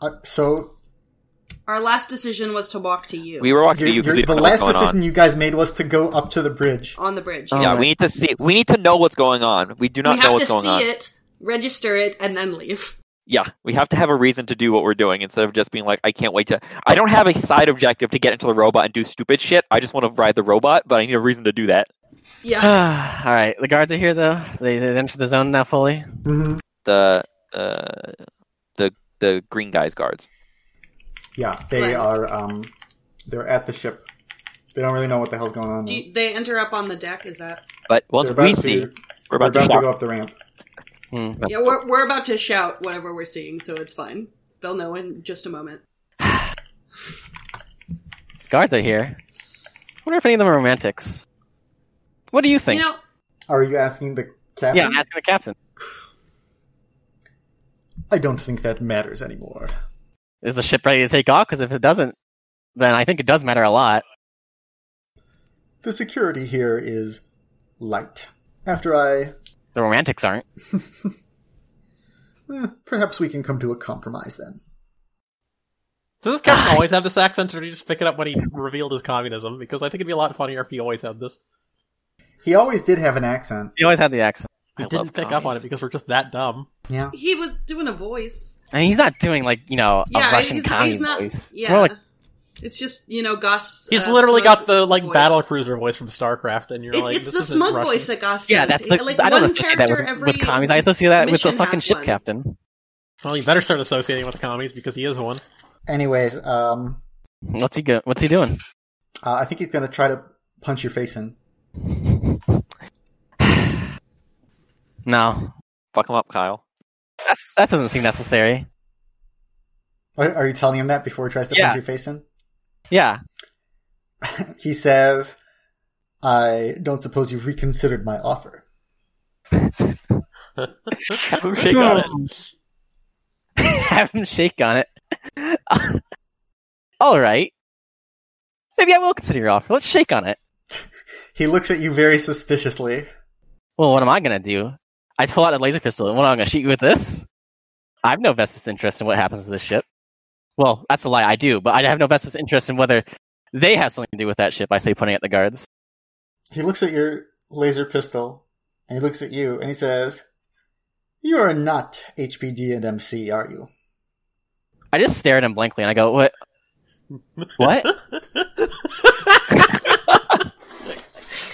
Speaker 5: uh so
Speaker 6: Our last decision was to walk to you
Speaker 3: We were walking
Speaker 5: you're,
Speaker 3: to you because
Speaker 5: you're-
Speaker 3: we
Speaker 5: the
Speaker 3: don't know what's going
Speaker 5: last decision
Speaker 3: on.
Speaker 5: you guys made was to go up to the bridge.
Speaker 6: on the bridge.
Speaker 2: Oh,
Speaker 3: yeah,
Speaker 2: my-
Speaker 3: we need to see. We need to know what's going on. We do not
Speaker 6: we
Speaker 3: know
Speaker 6: have
Speaker 3: what's
Speaker 6: to see
Speaker 3: going on.
Speaker 6: it, register it, and then leave.
Speaker 3: Yeah, we have to have a reason to do what we're doing instead of just being like, I can't wait to. I don't have a side objective to get into the robot and do stupid shit. I just want to ride the robot, but I need a reason to do that.
Speaker 6: Yeah.
Speaker 4: Uh.
Speaker 2: Ah, All right. The guards are here though. They they entered the zone now fully.
Speaker 5: Mm-hmm.
Speaker 3: The uh, the the green guys guards.
Speaker 5: Yeah,
Speaker 6: Right.
Speaker 5: they are. Um, they're at the ship. They don't really know what the hell's going on.
Speaker 6: Do
Speaker 5: though.
Speaker 6: you, they enter up on the deck. Is that?
Speaker 3: But once
Speaker 5: They're about
Speaker 3: we
Speaker 5: to-
Speaker 3: see,
Speaker 5: they're
Speaker 3: we're about,
Speaker 5: about
Speaker 3: to
Speaker 5: to
Speaker 3: shout.
Speaker 5: go up the ramp.
Speaker 2: Hmm.
Speaker 6: Yeah, we're we're about to shout whatever we're seeing, so it's fine. They'll know in just a moment.
Speaker 2: Guards are here. wonder if any of them are romantics. What do you think?
Speaker 6: You know,
Speaker 5: Are you asking the captain?
Speaker 2: yeah, I'm asking the captain.
Speaker 5: I don't think that matters anymore.
Speaker 2: Is the ship ready to take off? Because if it doesn't, then I think it does matter a lot.
Speaker 5: The security here is light. After I,
Speaker 2: The romantics aren't.
Speaker 5: eh, perhaps we can come to a compromise then.
Speaker 4: Does this captain always have this accent, or did he just pick it up when he revealed his communism? Because I think it'd be a lot funnier if he always had this.
Speaker 5: He always did have an accent.
Speaker 2: He always had the accent.
Speaker 4: We
Speaker 3: I
Speaker 4: didn't
Speaker 3: love
Speaker 4: pick up on it
Speaker 3: commies.
Speaker 4: because we're just that dumb.
Speaker 5: Yeah.
Speaker 6: he was doing a voice.
Speaker 2: And he's not doing like you know a
Speaker 6: Yeah,
Speaker 2: Russian
Speaker 6: he's,
Speaker 2: commie
Speaker 6: he's not.
Speaker 2: voice.
Speaker 6: Yeah.
Speaker 2: It's more like
Speaker 6: It's just you know Gus.
Speaker 4: He's
Speaker 6: uh,
Speaker 4: literally
Speaker 6: smug
Speaker 4: got the like
Speaker 6: voice.
Speaker 4: battle cruiser voice from StarCraft, and you're
Speaker 6: It-
Speaker 4: like,
Speaker 6: it's
Speaker 4: this
Speaker 6: the
Speaker 4: isn't
Speaker 6: smug
Speaker 4: Russian.
Speaker 6: voice that Gus.
Speaker 2: yeah,
Speaker 6: does.
Speaker 2: that's the,
Speaker 6: like
Speaker 2: I don't
Speaker 6: one
Speaker 2: associate that with,
Speaker 6: character every
Speaker 2: with commies. I associate that with the
Speaker 6: mission
Speaker 2: fucking
Speaker 6: has
Speaker 2: ship
Speaker 6: one.
Speaker 2: captain.
Speaker 4: Well, you better start associating with commies because he is one.
Speaker 5: Anyways, um,
Speaker 2: What's he go- What's he doing?
Speaker 5: Uh, I think he's going to try to punch your face in.
Speaker 2: No,
Speaker 3: Fuck him up, Kyle.
Speaker 2: that's, that doesn't seem necessary.
Speaker 5: Are, are you telling him that before he tries to
Speaker 2: Yeah.
Speaker 5: punch your face in?
Speaker 2: Yeah,
Speaker 5: He says, I don't suppose you've reconsidered my offer.
Speaker 3: Have him shake on it.
Speaker 2: have him shake on it. All right. Maybe I will consider your offer. Let's shake on it.
Speaker 5: He looks at you very suspiciously.
Speaker 2: Well, what am I gonna do? I pull out a laser pistol, and what am I gonna shoot you with this? I have no vested interest in what happens to this ship. Well, that's a lie. I do, but I have no vested interest in whether they have something to do with that ship. I say, pointing at the guards.
Speaker 5: He looks at your laser pistol, and he looks at you, and he says, You are not HPD and MC, are you?
Speaker 2: I just stare at him blankly, and I go, "What? What?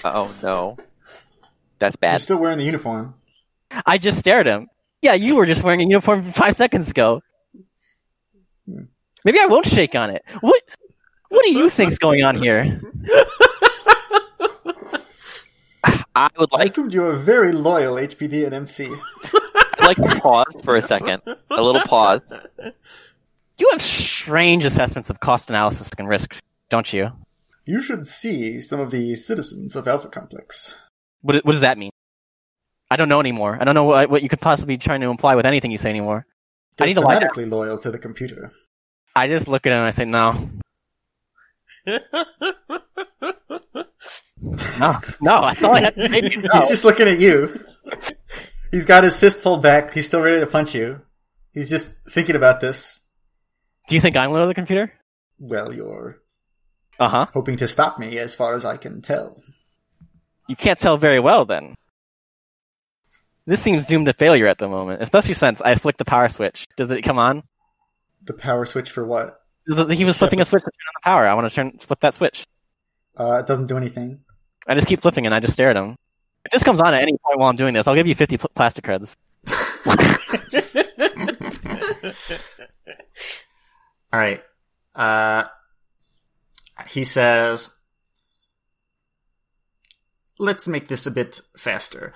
Speaker 3: Oh no, that's
Speaker 5: You're
Speaker 3: bad.
Speaker 5: still wearing the uniform.
Speaker 2: I just stare at him. Yeah, you were just wearing a uniform five seconds ago.
Speaker 5: Hmm.
Speaker 2: Maybe I won't shake on it. What? What do you think's going on here?
Speaker 3: I would
Speaker 5: I
Speaker 3: like
Speaker 5: assumed you were very loyal HPD and MC.
Speaker 3: I'd like to pause for a second, a little pause.
Speaker 2: You have strange assessments of cost analysis and risk, don't you?
Speaker 5: You should see some of the citizens of Alpha Complex.
Speaker 2: What, what does that mean? I don't know anymore. I don't know what, what you could possibly be trying to imply with anything you say anymore. I
Speaker 5: They're
Speaker 2: need to lie down.
Speaker 5: fanatically loyal to the computer.
Speaker 2: I just look at him and I say, no, no, no. That's all I have to say. to you. No.
Speaker 5: He's just looking at you. He's got his fist pulled back. He's still ready to punch you. He's just thinking about this.
Speaker 2: Do you think I'm loyal to the computer?
Speaker 5: Well, you're
Speaker 2: Uh huh.
Speaker 5: hoping to stop me, as far as I can tell.
Speaker 2: You can't tell very well then. This seems doomed to failure at the moment, especially since I flicked the power switch. Does it come on?
Speaker 5: The power switch for what?
Speaker 2: Does it- He was flipping a switch to turn on the power. I want to turn flip that switch.
Speaker 5: Uh, it doesn't do anything.
Speaker 2: I just keep flipping and I just stare at him. If this comes on at any point while I'm doing this, I'll give you 50 pl- plastic creds.
Speaker 5: All right. Uh, he says, "Let's make this a bit faster.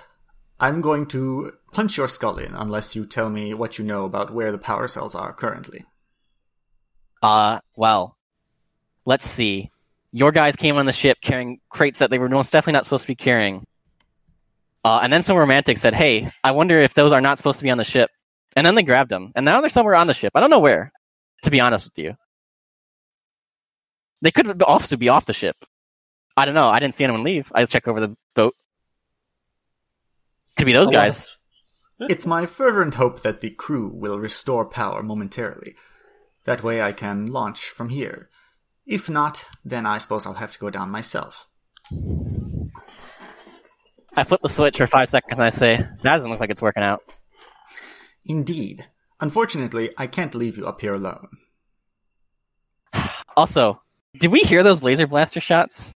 Speaker 5: I'm going to punch your skull in unless you tell me what you know about where the power cells are currently."
Speaker 2: Uh, well, let's see. Your guys came on the ship carrying crates that they were most definitely not supposed to be carrying. Uh, and then some romantic said, "Hey, I wonder if those are not supposed to be on the ship." And then they grabbed them, and now they're somewhere on the ship. I don't know where. To be honest with you, they could also be off the ship. I don't know. I didn't see anyone leave. I check over the boat. Could be
Speaker 4: Oh,
Speaker 2: those guys.
Speaker 5: It's my fervent hope that the crew will restore power momentarily. That way I can launch from here. If not, then I suppose I'll have to go down myself.
Speaker 2: I flip the switch for five seconds, and I say, "That doesn't look like it's working out."
Speaker 5: Indeed. Unfortunately, I can't leave you up here alone.
Speaker 2: Also, did we hear those laser blaster shots?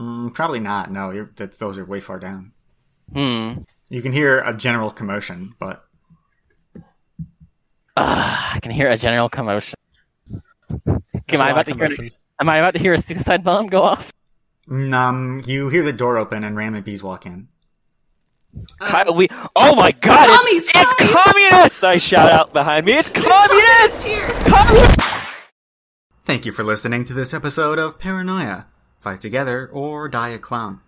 Speaker 5: Mm, probably not. No, you're, that, those are way far down.
Speaker 2: Hmm.
Speaker 5: You can hear a general commotion, but
Speaker 2: Ah, I can hear a general commotion. Am I,
Speaker 4: July
Speaker 2: about to hear,
Speaker 4: commotions.
Speaker 2: am I about to hear a suicide bomb go off?
Speaker 5: um, you hear the door open and Ram and Bees walk in.
Speaker 3: Kyle, we. Oh my God! it's-
Speaker 6: Commies,
Speaker 3: It's, communist! I shout out behind me. It's communist!
Speaker 6: here.
Speaker 5: Thank you for listening to this episode of Paranoia. Fight together or die a clown.